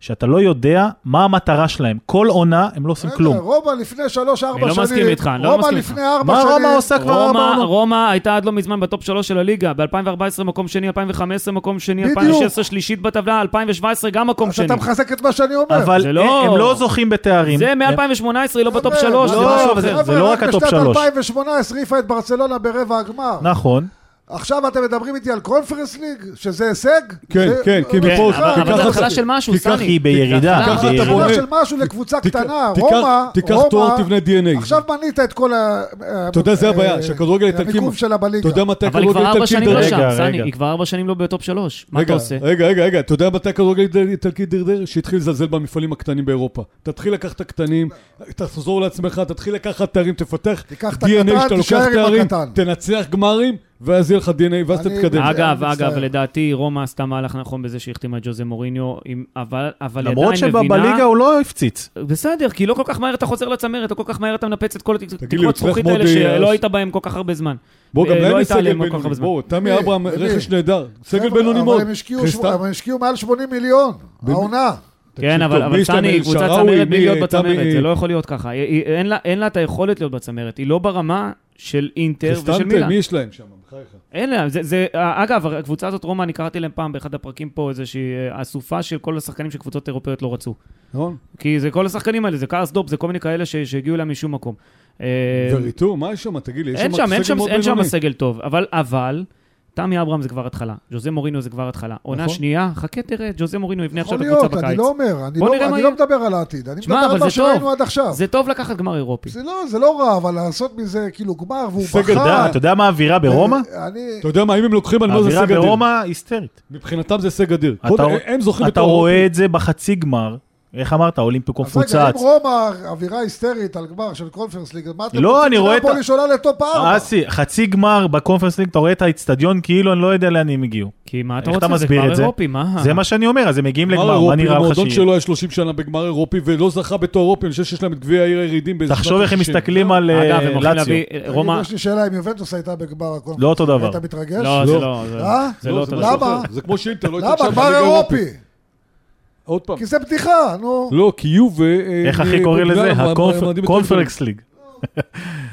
S2: שאתה לא יודע מה המטרה שלהם. כל עונה הם לא עושים
S5: רגע,
S2: כלום.
S5: רומא לפני 3-4 שנים,
S3: אני לא מסכים איתך, אני לא
S5: רומא
S3: מסכים איתך.
S5: לפני 4
S2: מה
S5: שנים,
S2: רומא עושה כבר
S3: רומא-
S2: אמרנו?
S3: רומא הייתה עד לא מזמן בטופ שלוש של הליגה, ב-2014 מקום שני, 2015 מקום שני,
S5: בדיוק.
S3: 2016 שלישית בטבלה, 2017 גם מקום
S5: אז
S3: שני.
S5: אתה מחזק את מה שאני אומר.
S2: אבל
S3: זה לא-
S2: הם לא זוכים בתארים.
S3: זה
S2: הם-
S3: מ-2018 היא לא בטופ
S5: חבר'ה,
S3: שלוש, זה
S5: חבר'ה,
S3: משהו
S2: אבל זה-
S3: אחר.
S5: חבר'ה,
S2: זה לא רק הטופ
S5: בשנת
S2: שלוש.
S5: 2018 העיפה את ברצלונה ברבע הגמר.
S2: נכון.
S5: עכשיו אתם מדברים איתי על קונפרנס ליג, שזה הישג?
S4: כן,
S5: זה-
S4: כן, כי
S5: זה-
S4: מפה...
S3: אבל- אבל
S4: ככה
S3: זה התחלה
S4: זה-
S3: של משהו,
S4: כי ככה-
S2: כי היא
S3: סני.
S2: בירידה.
S5: ככה
S2: כי היא
S5: אתה
S2: בירידה.
S5: בונה של משהו לקבוצה
S4: תיקח-
S5: קטנה,
S4: תיקח-
S5: רומא,
S4: תיקח
S5: רומא-
S4: תואר, תבנה DNA.
S5: עכשיו מנית את כל ה...
S4: אתה יודע, זה
S5: אה,
S4: הבעיה,
S5: אה,
S4: שהכדורגל האיטלקי-
S5: המיקום שלה
S4: אתה
S5: בליגה.
S4: יודע מתי
S3: אבל היא כבר
S4: הכדורגל
S3: ארבע
S4: האיטלקי
S3: שנים לא
S2: רגע,
S4: דרדר?
S3: שם, סני,
S2: רגע.
S3: היא כבר ארבע שנים לא בטופ שלוש. מה אתה
S4: רגע,
S3: עושה?
S4: רגע, רגע, רגע, אתה יודע מתי הכדורגל האיטלקי דרדר? שהתחיל לזלזל במפעלים הקטנים באירופה. תתחיל לקחת את הקטנים, תחזור לעצמך, תתחיל לקחת תארים, תפתח
S5: תיקח את
S4: DNA
S5: הקטן,
S4: שאתה לוקח
S5: תישאר עם
S4: תארים,
S5: הקטן.
S4: תנצח גמרים, ואז יהיה לך DNA, ואז
S5: אני-
S4: תתקדם.
S5: זה-
S3: אגב,
S5: אני
S3: אגב,
S5: מצטער.
S3: לדעתי רומא עשתה מהלך נכון בזה שהחתימה את ג'וזה מוריניו, עם- אבל אבל היא
S2: למרות
S3: עדיין מבינה...
S2: שבליגה הוא לא הפציץ.
S3: בסדר, כי לא כל כך מהר אתה חוזר לצמרת, לא כל כך מהר אתה מנפץ את כל
S4: לי, הוא
S3: התקרות
S4: הצליח
S3: זכוכית
S4: מאוד
S3: האלה
S4: להירש.
S3: שלא היית בהם כל כך הרבה זמן.
S4: בוא, גם
S3: אה,
S4: להם
S3: לא
S4: יש
S3: הייתה
S4: סגל
S3: עליהם כל כך
S4: בינוני.
S3: הרבה זמן.
S4: בוא, תמי
S5: אה,
S4: אברהם,
S5: אה,
S4: רכש נהדר. סגל
S5: חבר'ה,
S4: בינוני
S5: אבל
S4: מאוד.
S5: הם השקיעו
S4: חיסטה-
S5: שמ- אבל הם השקיעו מעל 80 מיליון, העונה.
S3: כן,
S4: תקשיב
S3: אבל
S4: טוב,
S3: אבל
S4: מי
S3: סני
S4: השתמש?
S3: היא קבוצת
S4: שראוי,
S3: צמרת
S4: מי,
S3: בלי להיות
S4: אה,
S3: בצמרת,
S4: תמי-
S3: זה לא יכול להיות ככה. היא- היא- אין לה- אין לה את היכולת להיות בצמרת, היא לא ברמה של אינטר ושל
S4: קריסטנטה,
S3: מילאן.
S4: מי יש להם שם? בחייך.
S3: אין להם, זה, זה, אגב, הקבוצה הזאת, רומא, אני קראתי להם פעם באחד הפרקים פה איזושהי אה, אסופה של כל השחקנים שקבוצות אירופאיות לא רצו.
S4: נכון?
S3: כי זה כל השחקנים האלה, זה קארס דופ, זה כל מיני כאלה ש, שהגיעו אליהם משום מקום. אה,
S4: וריטור, מה יש שם? תגיד לי, יש
S3: אין שם, אין
S4: סגל
S3: שם,
S4: מאוד
S3: אין שם
S4: בינוני.
S3: סגל טוב, אבל, אבל, תמי אברהם זה כבר התחלה, ג'וזה מורינו זה כבר התחלה. עונה
S4: נכון.
S3: שנייה, חכה תראה, ג'וזה מורינו יבנה עכשיו
S5: יכול
S3: את הקבוצה
S5: להיות,
S3: בקיץ.
S5: אני לא אומר, אני
S3: בוא
S5: לא-
S3: נראה מה
S5: אני
S3: יהיה.
S5: לא מדבר על העתיד, אני
S3: שמע,
S5: מדבר על
S3: אבל
S5: מה
S3: זה טוב.
S5: שראינו עד עכשיו.
S3: זה טוב לקחת גמר אירופי.
S5: זה לא, זה לא רע, אבל לעשות מזה כאילו גמר והוא
S4: סגל
S5: בחר. אה,
S2: אתה יודע- אתה יודע מה האווירה ברומא?
S5: אני...
S4: אתה יודע מה, אם הם לוקחים על מה זה
S2: האווירה
S4: הישג אדיר.
S2: ברומא היסטרית.
S4: מבחינתם זה הישג אדיר.
S2: אתה
S4: קודם-
S2: רוא-
S4: הם זוכים
S2: אתה
S4: בתור
S2: רואה
S4: אירופי.
S2: את זה בחצי גמר, איך אמרת, האולימפיקום
S5: אז רגע,
S2: מפוצץ.
S5: אם רומא, אווירה היסטרית על גמר של קונפרנס ליג, אז מה אתם
S2: לא, אני רואה את ה- אה,
S5: הפוליש עולה לטופ ארבע.
S2: אסי, חצי גמר בקונפרנס ליג, אתה רואה את האיצטדיון כאילו אני לא יודע לאן הם הגיעו.
S3: כי מה אתה
S2: איך אתה
S3: רוצה, זה
S2: מסביר
S3: גמר
S2: את זה?
S3: אירופי, מה?
S2: זה מה שאני אומר, אז הם מגיעים
S4: גמר
S2: לגמר, מה
S4: אירופי,
S2: נראה לך
S4: המועדון
S2: שיהיה?
S4: שלו היה 30 שנה בגמר אירופי ולא זכה בתור אירופי, אני חושב שיש להם את גביע העיר הירידים. לא, באיזה
S2: תחשוב
S4: שנת
S2: איך הם
S4: 90.
S2: מסתכלים על
S3: לא, אגב,
S2: אה,
S3: הם הולכים
S2: לאציו.
S3: להביא,
S5: תגיד,
S3: רומא,
S5: יש לי שאלה, אם יובנטוס הייתה בגמר הקונפרנס,
S2: לא אותו דבר.
S5: היית מתרגש?
S3: לא, זה
S4: לא.
S3: לא, זה-
S5: אה?
S3: זה
S4: לא,
S3: לא
S4: זה
S3: אותו
S4: משהו
S3: דבר.
S5: למה?
S4: אחר. זה כמו שאינטר, לא הייתה
S5: למה?
S4: עכשיו
S5: גמר
S4: בליגה האירופית.
S5: אירופי.
S4: עוד פעם.
S5: כי זה בדיחה, נו.
S4: לא, כי יובה... אה,
S2: איך
S4: אה,
S2: הכי קורא
S4: בגלל
S2: לזה?
S4: המעמד-
S2: הקונפ-
S4: המעמדים יותר
S2: קונפרנס ליג.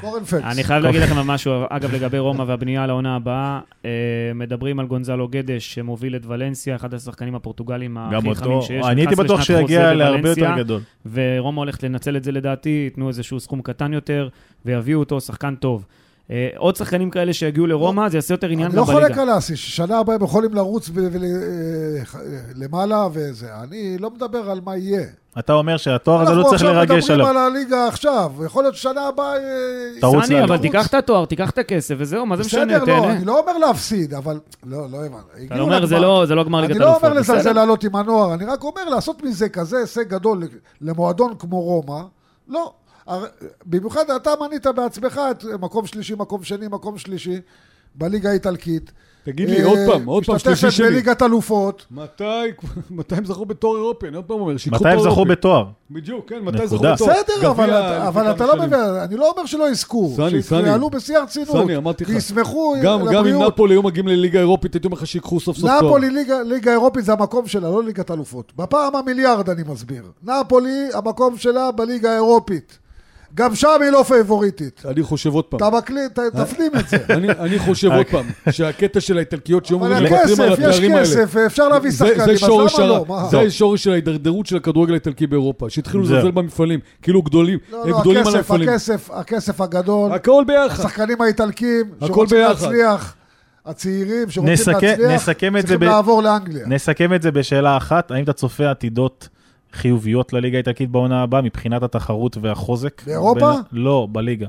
S5: קורנפלקס.
S3: אני חייב להגיד לכם משהו, אגב, לגבי רומא והבנייה לעונה הבאה, אה, מדברים על גונזלו גדש שמוביל את ולנסיה, אחד השחקנים הפורטוגלים
S2: גם
S3: הכי
S2: אותו,
S3: חמים שיש.
S2: אני הייתי
S3: נכנס
S2: בטוח
S3: לשנת
S2: שיגיע
S3: חוזה
S2: להרבה
S3: בוולנסיה,
S2: יותר גדול.
S3: ורומא הולכת לנצל את זה לדעתי, ייתנו איזשהו סכום קטן יותר, ויביאו אותו שחקן טוב. אה, עוד שחקנים כאלה שיגיעו לרומא, זה יעשה יותר עניין
S5: אני
S3: גם
S5: לא
S3: בליגה.
S5: חולק על אסי, ששנה הבאה הם יכולים לרוץ ב- ול- אה, ח- אה, למעלה וזה. אני לא מדבר על מה יהיה.
S2: אתה אומר שהתואר הזה לא צריך לרגש
S5: אנחנו עכשיו מדברים
S2: עליו.
S5: על הליגה עכשיו. יכול להיות ששנה הבאה... אה,
S2: תרוץ
S5: ישראל
S3: סני,
S2: לאליפות.
S3: אבל
S5: תרוץ.
S3: תיקח את התואר, תיקח את הכסף, וזהו, מה זה משנה,
S5: בסדר, לא,
S3: תהנה.
S5: אני לא אומר להפסיד, אבל... לא, לא הבנתי.
S3: אתה אומר, זה לא- זה לא גמר
S5: אני
S3: ליגת
S5: לא
S3: אלופות.
S5: אומר לזלזל
S3: בסדר.
S5: לעלות עם הנוער, אני רק אומר לעשות מזה כזה הישג גדול למועדון כמו רומא, לא. הר- במיוחד אתה מנית בעצמך את מקום שלישי, מקום שני, מקום שלישי בליגה האיטלקית.
S4: תגיד
S5: אה,
S4: לי, עוד פעם, עוד פעם, שלישי
S5: משתתפת
S4: שלי.
S5: בליגת אלופות.
S4: מתי, מתי הם זכו בתור אירופי? אני עוד פעם אומר, שיקחו
S2: מתי הם
S4: תואר
S2: זכו
S4: אירופי.
S2: בתואר?
S4: בדיוק, כן, מתי
S2: נקודה.
S4: זכו בתואר.
S5: בסדר, אבל
S4: גביע
S5: אתה-
S4: לפני
S5: אבל
S4: כמה
S5: אתה לא
S4: שנים.
S5: מבין, אני לא אומר שלא יזכו.
S4: סני, סני.
S5: שיתנהלו בשיא הרצינות.
S4: סני, אמרתי לך.
S5: וישמחו
S4: גם,
S5: על
S4: גם אם
S5: הבריאות.
S4: נפולי היו מגיעים לליגה האירופית, הייתי אומר לך שיקחו סוף סוף תואר.
S5: נאפולי, ליגה, ליגה אירופית זה המקום שלה, לא ליגת אלופות. בפעם המיליארד אני מסביר. נאפולי, המקום שלה בליגה האירופית. גם שם היא לא פייבוריטית.
S4: אני חושב עוד פעם.
S5: אתה מקליט, ת-
S4: אה?
S5: תפנים את זה.
S4: אני, אני חושב עוד
S2: אוקיי.
S4: פעם, שהקטע של האיטלקיות שהיו
S5: אבל
S4: אומרים מוותרים על
S5: הכסף, יש
S4: התארים האלה.
S5: כסף, אפשר להביא
S4: זה-
S5: שחקנים,
S4: זה
S5: אז
S4: שורש
S5: למה
S4: הרע.
S5: לא? מה?
S4: זה שורש של ההידרדרות של הכדורגל האיטלקי באירופה, שהתחילו
S2: זהו.
S4: לזלזל במפעלים, כאילו גדולים,
S5: לא,
S4: הם
S5: לא,
S4: גדולים על
S5: הכסף,
S4: המפעלים.
S5: הכסף, הכסף הגדול,
S4: הכל ביחד.
S5: השחקנים האיטלקים,
S4: הכל
S5: שרוצים
S4: ביחד.
S5: להצליח, הצעירים שרוצים
S2: נסכם-
S5: להצליח,
S2: נסכם את זה
S5: צריכים
S2: ב-
S5: לעבור לאנגליה.
S2: נסכם את זה בשאלה אחת, האם אתה צופה עתידות חיוביות לליגה האיטלקית בעונה הבאה מבחינת התחרות והחוזק?
S5: באירופה?
S2: בין- לא, בליגה.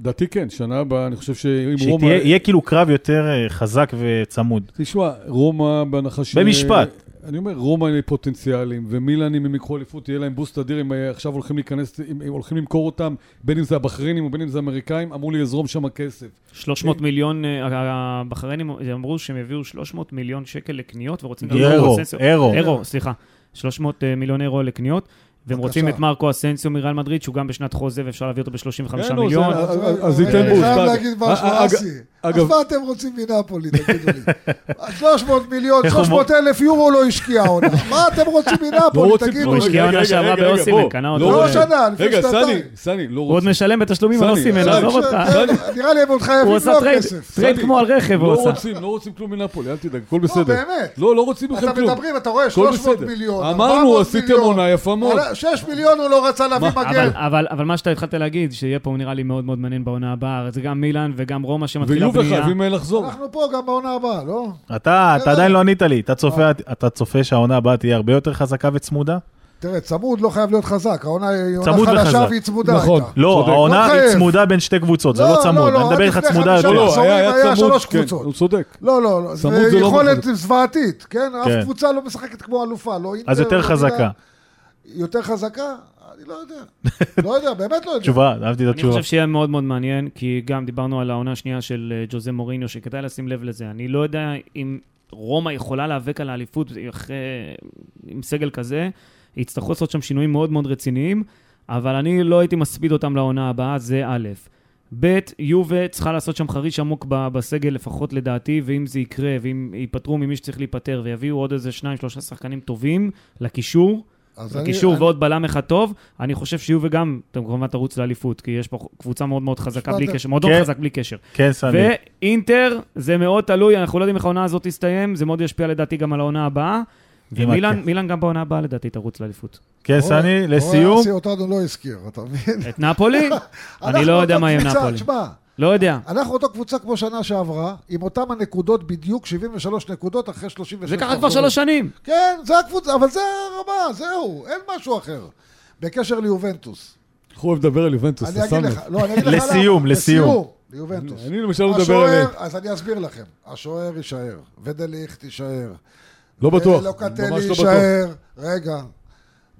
S4: לדעתי כן, שנה הבאה, אני חושב שאם רומא...
S2: שיהיה כאילו קרב יותר אה, חזק וצמוד.
S4: תשמע, רומא בהנחה ש...
S2: במשפט.
S4: אני אומר, רומא הם פוטנציאלים, ומילאן אם הם יקחו אליפות, יהיה להם בוסט אדיר, אם אה, עכשיו הולכים להיכנס, אם אם הולכים למכור אותם, בין אם זה הבחרינים ובין אם זה האמריקאים, אמור לזרום שם הכסף.
S3: 300 מיליון, אה, הבחריינים אמרו שהם הביאו 300 מיליון שקל לקניות ורוצים... גם
S2: אירו,
S3: מרקו אסנסיו-
S2: אירו.
S3: אירו, סליחה. 300 אה, מיליון אירו לקניות, והם
S5: בבקשה.
S3: רוצים את מרקו אסנסיו מריאל מדריד, שהוא גם בשנת חוזה ואפשר להביא אותו ב-35
S4: כן, נו,
S3: מיליון.
S4: זה- אז- אז- אז
S5: רגע,
S4: ייתן בוסט.
S5: אני חייב
S4: אה, אגב.
S5: להגיד משהו,
S4: אג-
S5: אסי. אז
S4: אגב-
S5: מה אתם רוצים מנפולי, תגידו לי? 300 מיליון,
S2: איך הוא
S5: 300 אלף יורו לא השקיע העונה. מה אתם רוצים
S4: לא
S5: מנפולי,
S4: רוצים...
S5: תגידו
S4: רגע,
S3: הוא
S5: לי?
S3: השקיע
S4: רגע,
S3: עונה
S4: רגע,
S3: שעברה
S4: רגע,
S3: באוסימן,
S4: בוא.
S3: קנה אותו.
S4: לא
S3: לא
S4: רוצים.
S5: השנה, לפני
S4: רגע,
S5: שנתיים.
S4: סני, סני, לא
S3: הוא עוד
S4: רוצים. כן,
S3: משלם בתשלומים על
S4: סני,
S3: אוסימן,
S4: סני,
S3: עזוב אותך.
S5: אה, נראה לי הם עוד חייבים
S3: הוא עשה
S5: לו
S3: טרייד,
S5: כסף.
S3: טרייד
S4: סני,
S3: כמו על רכב הוא
S4: לא
S3: עשה.
S4: רוצים, לא רוצים כלום מנפולי, אל תדאג, הכל
S5: לא,
S4: בסדר.
S5: באמת.
S4: לא, לא רוצים בכלל
S5: אתם
S4: כלום.
S5: מדברים, אתה רואה,
S4: הכל
S5: 300
S4: בסדר.
S5: מיליון,
S4: אמרנו,
S5: 400
S4: עשיתם
S5: מיליון.
S4: עונה יפה מאוד.
S5: עלה- 6 מיליון הוא לא רצה להביא
S4: כן.
S5: מגן.
S3: אבל, אבל, אבל מה שאתה התחלת להגיד, שיהיה פה נראה לי מאוד מאוד מעניין בעונה הבאה, זה גם מילאן וגם רומא שמתחילה
S4: ויובה
S3: בנייה.
S4: חייבים אה, לחזור.
S5: אנחנו פה גם בעונה הבאה, לא?
S2: אתה אתה
S5: אה.
S2: עדיין לא ענית לי, אתה צופה- אתה צופה שהעונה הבאה תהיה הרבה יותר חזקה וצמודה?
S5: תראה, צמוד לא חייב להיות חזק, העונה היא עונה
S2: צמוד
S5: חלשה
S2: וחזק.
S5: והיא צמודה
S4: נכון.
S5: הייתה.
S2: לא,
S4: צודק.
S2: העונה
S5: לא
S2: היא
S5: מחייב.
S2: צמודה בין שתי קבוצות, זה
S5: לא,
S2: לא
S5: לא,
S2: צמוד. אני
S5: לא,
S2: מדבר
S5: עד
S2: איתך
S5: לפני
S2: צמודה
S5: חמישה
S2: יותר.
S5: לא, מחזורים היה שלוש
S4: כן,
S5: קבוצות.
S4: הוא צודק.
S5: לא, לא, לא.
S4: צמוד זה
S5: זה
S4: לא
S5: יכולת
S4: מחזק.
S5: זוועתית, כן?
S2: כן.
S5: אף קבוצה לא משחקת כמו אלופה, לא אינטר.
S2: אז יותר
S5: לא מילה.
S2: חזקה.
S5: יותר חזקה? אני לא יודע. לא יודע, באמת לא יודע.
S2: תשובה, אהבתי את
S3: אני
S2: התשובה.
S3: חושב שיהיה מאוד מאוד מעניין, כי גם דיברנו על העונה השנייה של אה, ג'וזה מוריניו, שכדאי לשים לב לזה. אני לא יודע אם רומא יכולה להיאבק על האליפות אחרי, עם סגל כזה. יצטרכו לעשות שם שינויים מאוד מאוד רציניים, אבל אני לא הייתי מספיד אותם לעונה הבאה, זה א'. ב', יובה צריכה לעשות שם חריש עמוק ב- בסגל, לפחות לדעתי, ואם זה יקרה, ואם ייפטרו ממי שצריך להיפטר, ויביאו עוד איזה שניים, שלושה שחקנים טובים לקישור,
S5: אז אני-
S3: קישור
S5: אני-
S3: ועוד בלם אחד טוב, אני חושב שיובה גם, אתם כמובן תרוץ לאליפות, כי יש פה קבוצה מאוד מאוד חזקה
S5: שמעת?
S3: בלי קשר, מאוד מאוד
S2: כן.
S3: חזק בלי קשר.
S2: כן, סני.
S3: ואינטר, זה מאוד תלוי, אנחנו לא יודעים איך העונה הזאת תסתיים, זה מאוד ישפיע לדעתי גם על העונה הבאה.
S2: אם
S3: ומילן
S2: את-
S3: מילן גם בעונה הבאה לדעתי תרוץ לאליפות.
S2: כן, סני,
S5: אורן-
S2: לסיום.
S5: אורן אסי אותנו לא הזכיר, אתה מבין?
S3: את נפולי? אני
S5: אנחנו
S3: לא יודע
S5: אותה
S3: מה יהיה עם
S5: קבוצה,
S3: נפולי.
S5: תשמע,
S3: לא יודע.
S5: אנחנו אותה קבוצה כמו שנה שעברה, עם אותם הנקודות בדיוק, 73 נקודות אחרי 36
S3: זה ככה כבר שלוש שנים.
S5: כן, זה הקבוצה, אבל זה הרמה, זהו, אין משהו אחר. בקשר ליובנטוס.
S4: איך הוא אוהב לדבר על יובנטוס,
S5: אני
S4: אתה
S5: אגיד
S4: שם
S5: לך,
S4: לב.
S5: לא, אני אגיד לך למה.
S2: לסיום, לסיום.
S5: ליובנטוס.
S4: אני למשל לא מדבר
S5: השוער-
S4: עליהם.
S5: אז אני אסביר לכם. השוער יישאר, ודליך תישאר.
S4: לא
S5: אה,
S4: בטוח,
S5: ולוקטלי
S4: ממש לא בטוח.
S5: יישאר, רגע.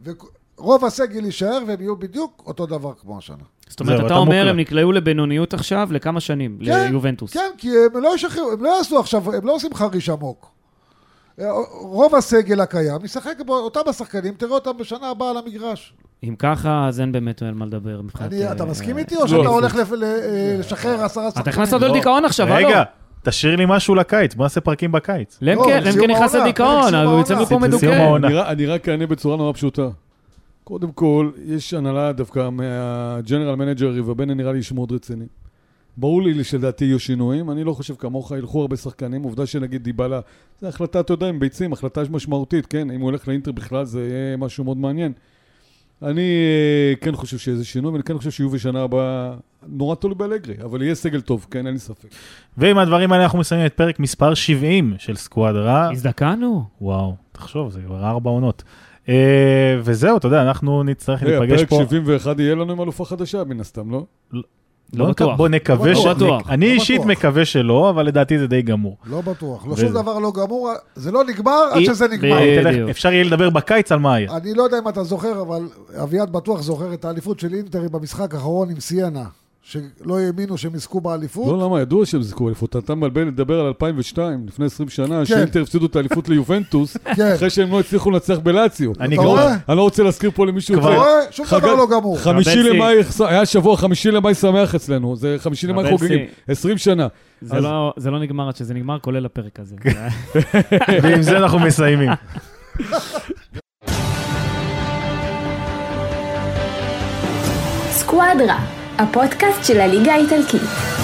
S5: וכ- רוב הסגל יישאר והם יהיו בדיוק אותו דבר כמו השנה.
S3: זאת אומרת,
S2: זהו,
S3: אתה
S2: אתה
S3: אומר,
S2: מוקלט.
S3: הם נקלעו לבינוניות עכשיו לכמה שנים,
S2: אה,
S5: כן,
S3: ליובנטוס.
S5: כן, כי הם לא ישחררו, הם לא יעשו עכשיו, הם לא עושים חריש עמוק. אה, רוב הסגל הקיים ישחק בו, אותם השחקנים, תראה אותם בשנה הבאה על המגרש.
S3: אם ככה, אז אין באמת על מה לדבר מבחינת...
S5: אני, אתה
S3: אה,
S5: מסכים
S3: אה,
S5: איתי,
S4: לא,
S5: או שאתה הולך לפ- ל- אה, לשחרר עשרה
S3: אתה
S5: שחקנים?
S3: הכנסת אותו
S5: לא.
S3: לדיכאון עכשיו, הלו.
S2: רגע, תשאיר לי משהו לקיץ, בוא נעשה פרקים בקיץ.
S3: למקה,
S5: לא,
S3: למקה
S5: לסיום
S3: כן נכנס
S5: העונה,
S3: לדיכאון,
S5: לסיום
S3: אז הוא יצא
S5: העונה.
S3: מפה
S2: לסיום
S3: מדוכא.
S2: העונה.
S4: אני רק- אני רק אענה בצורה נורא פשוטה. קודם כל, יש הנהלה דווקא מהג'נרל מנג'ר ריבבנה נראה לי שמאוד רציני. ברור לי שלדעתי יהיו שינויים, אני לא חושב כמוך, ילכו הרבה שחקנים, עובדה שנגיד דיבלה, זו החלטה, אתה יודע, עם ביצים, החלטה משמעותית, כן, אם הוא הולך לאינטר בכלל זה יהיה משהו מאוד מעניין. אני אה, כן חושב שיהיה איזה שינוי, ואני כן חושב שיהיו בשנה הבאה, נורא תלוי באלגרי, אבל יהיה סגל טוב, כן, אין לי ספק.
S2: ועם הדברים האלה אנחנו מסיימים את פרק מספר 70 של סקואדרה.
S3: הזדקנו.
S2: וואו, תחשוב, זה כבר ארבע עונות. אה, וזהו, אתה יודע, אנחנו נצטרך
S5: אה,
S4: רגע,
S2: להיפגש
S4: אה, פרק
S2: פה.
S4: 71 יהיה לנו עם אלופה חדשה, מן הסתם, לא?
S3: לא
S2: בוא נק-
S3: בטוח.
S2: בוא נקווה
S5: לא
S2: ש...
S3: בטוח.
S2: אני
S5: לא
S2: אישית
S5: בטוח.
S2: מקווה שלא, אבל לדעתי זה די גמור.
S5: לא בטוח, לא
S2: וזה-
S5: שום דבר לא גמור, זה לא נגמר עד
S3: אי-
S5: שזה נגמר.
S3: ב-
S2: אני אתן לך-
S3: בדיוק.
S2: אה, אפשר יהיה לדבר בקיץ על מה היה.
S5: אני לא יודע אם אתה זוכר, אבל אביעד בטוח זוכר את האליפות של אינטר במשחק האחרון עם סיינה, שלא האמינו שהם יזכו באליפות.
S4: לא, למה? ידוע שהם זיכו אליפות. אתה מבלבל לדבר על 2002, לפני 20 שנה, שאינטר הפסידו את האליפות ליובנטוס,
S5: כן.
S4: אחרי שהם לא הצליחו לנצח בלאציו.
S2: אני
S5: אתה
S2: כבר-
S5: רואה?
S4: אני לא רוצה להזכיר פה למישהו.
S5: אתה
S2: כבר-
S5: רואה? שום דבר
S4: חגג-
S5: לא גמור.
S4: חמישי
S3: הבנצי.
S4: למאי, היה שבוע חמישי למאי שמח אצלנו, זה חמישי למאי
S3: הבנצי.
S4: חוגגים, 20 שנה.
S3: זה
S4: אז-
S3: לא- זה לא נגמר עד שזה נגמר, כולל הפרק הזה.
S5: אה.
S2: ועם זה אנחנו מסיימים.
S1: סקואדרה, הפודקאסט של הליגה האיטלקית.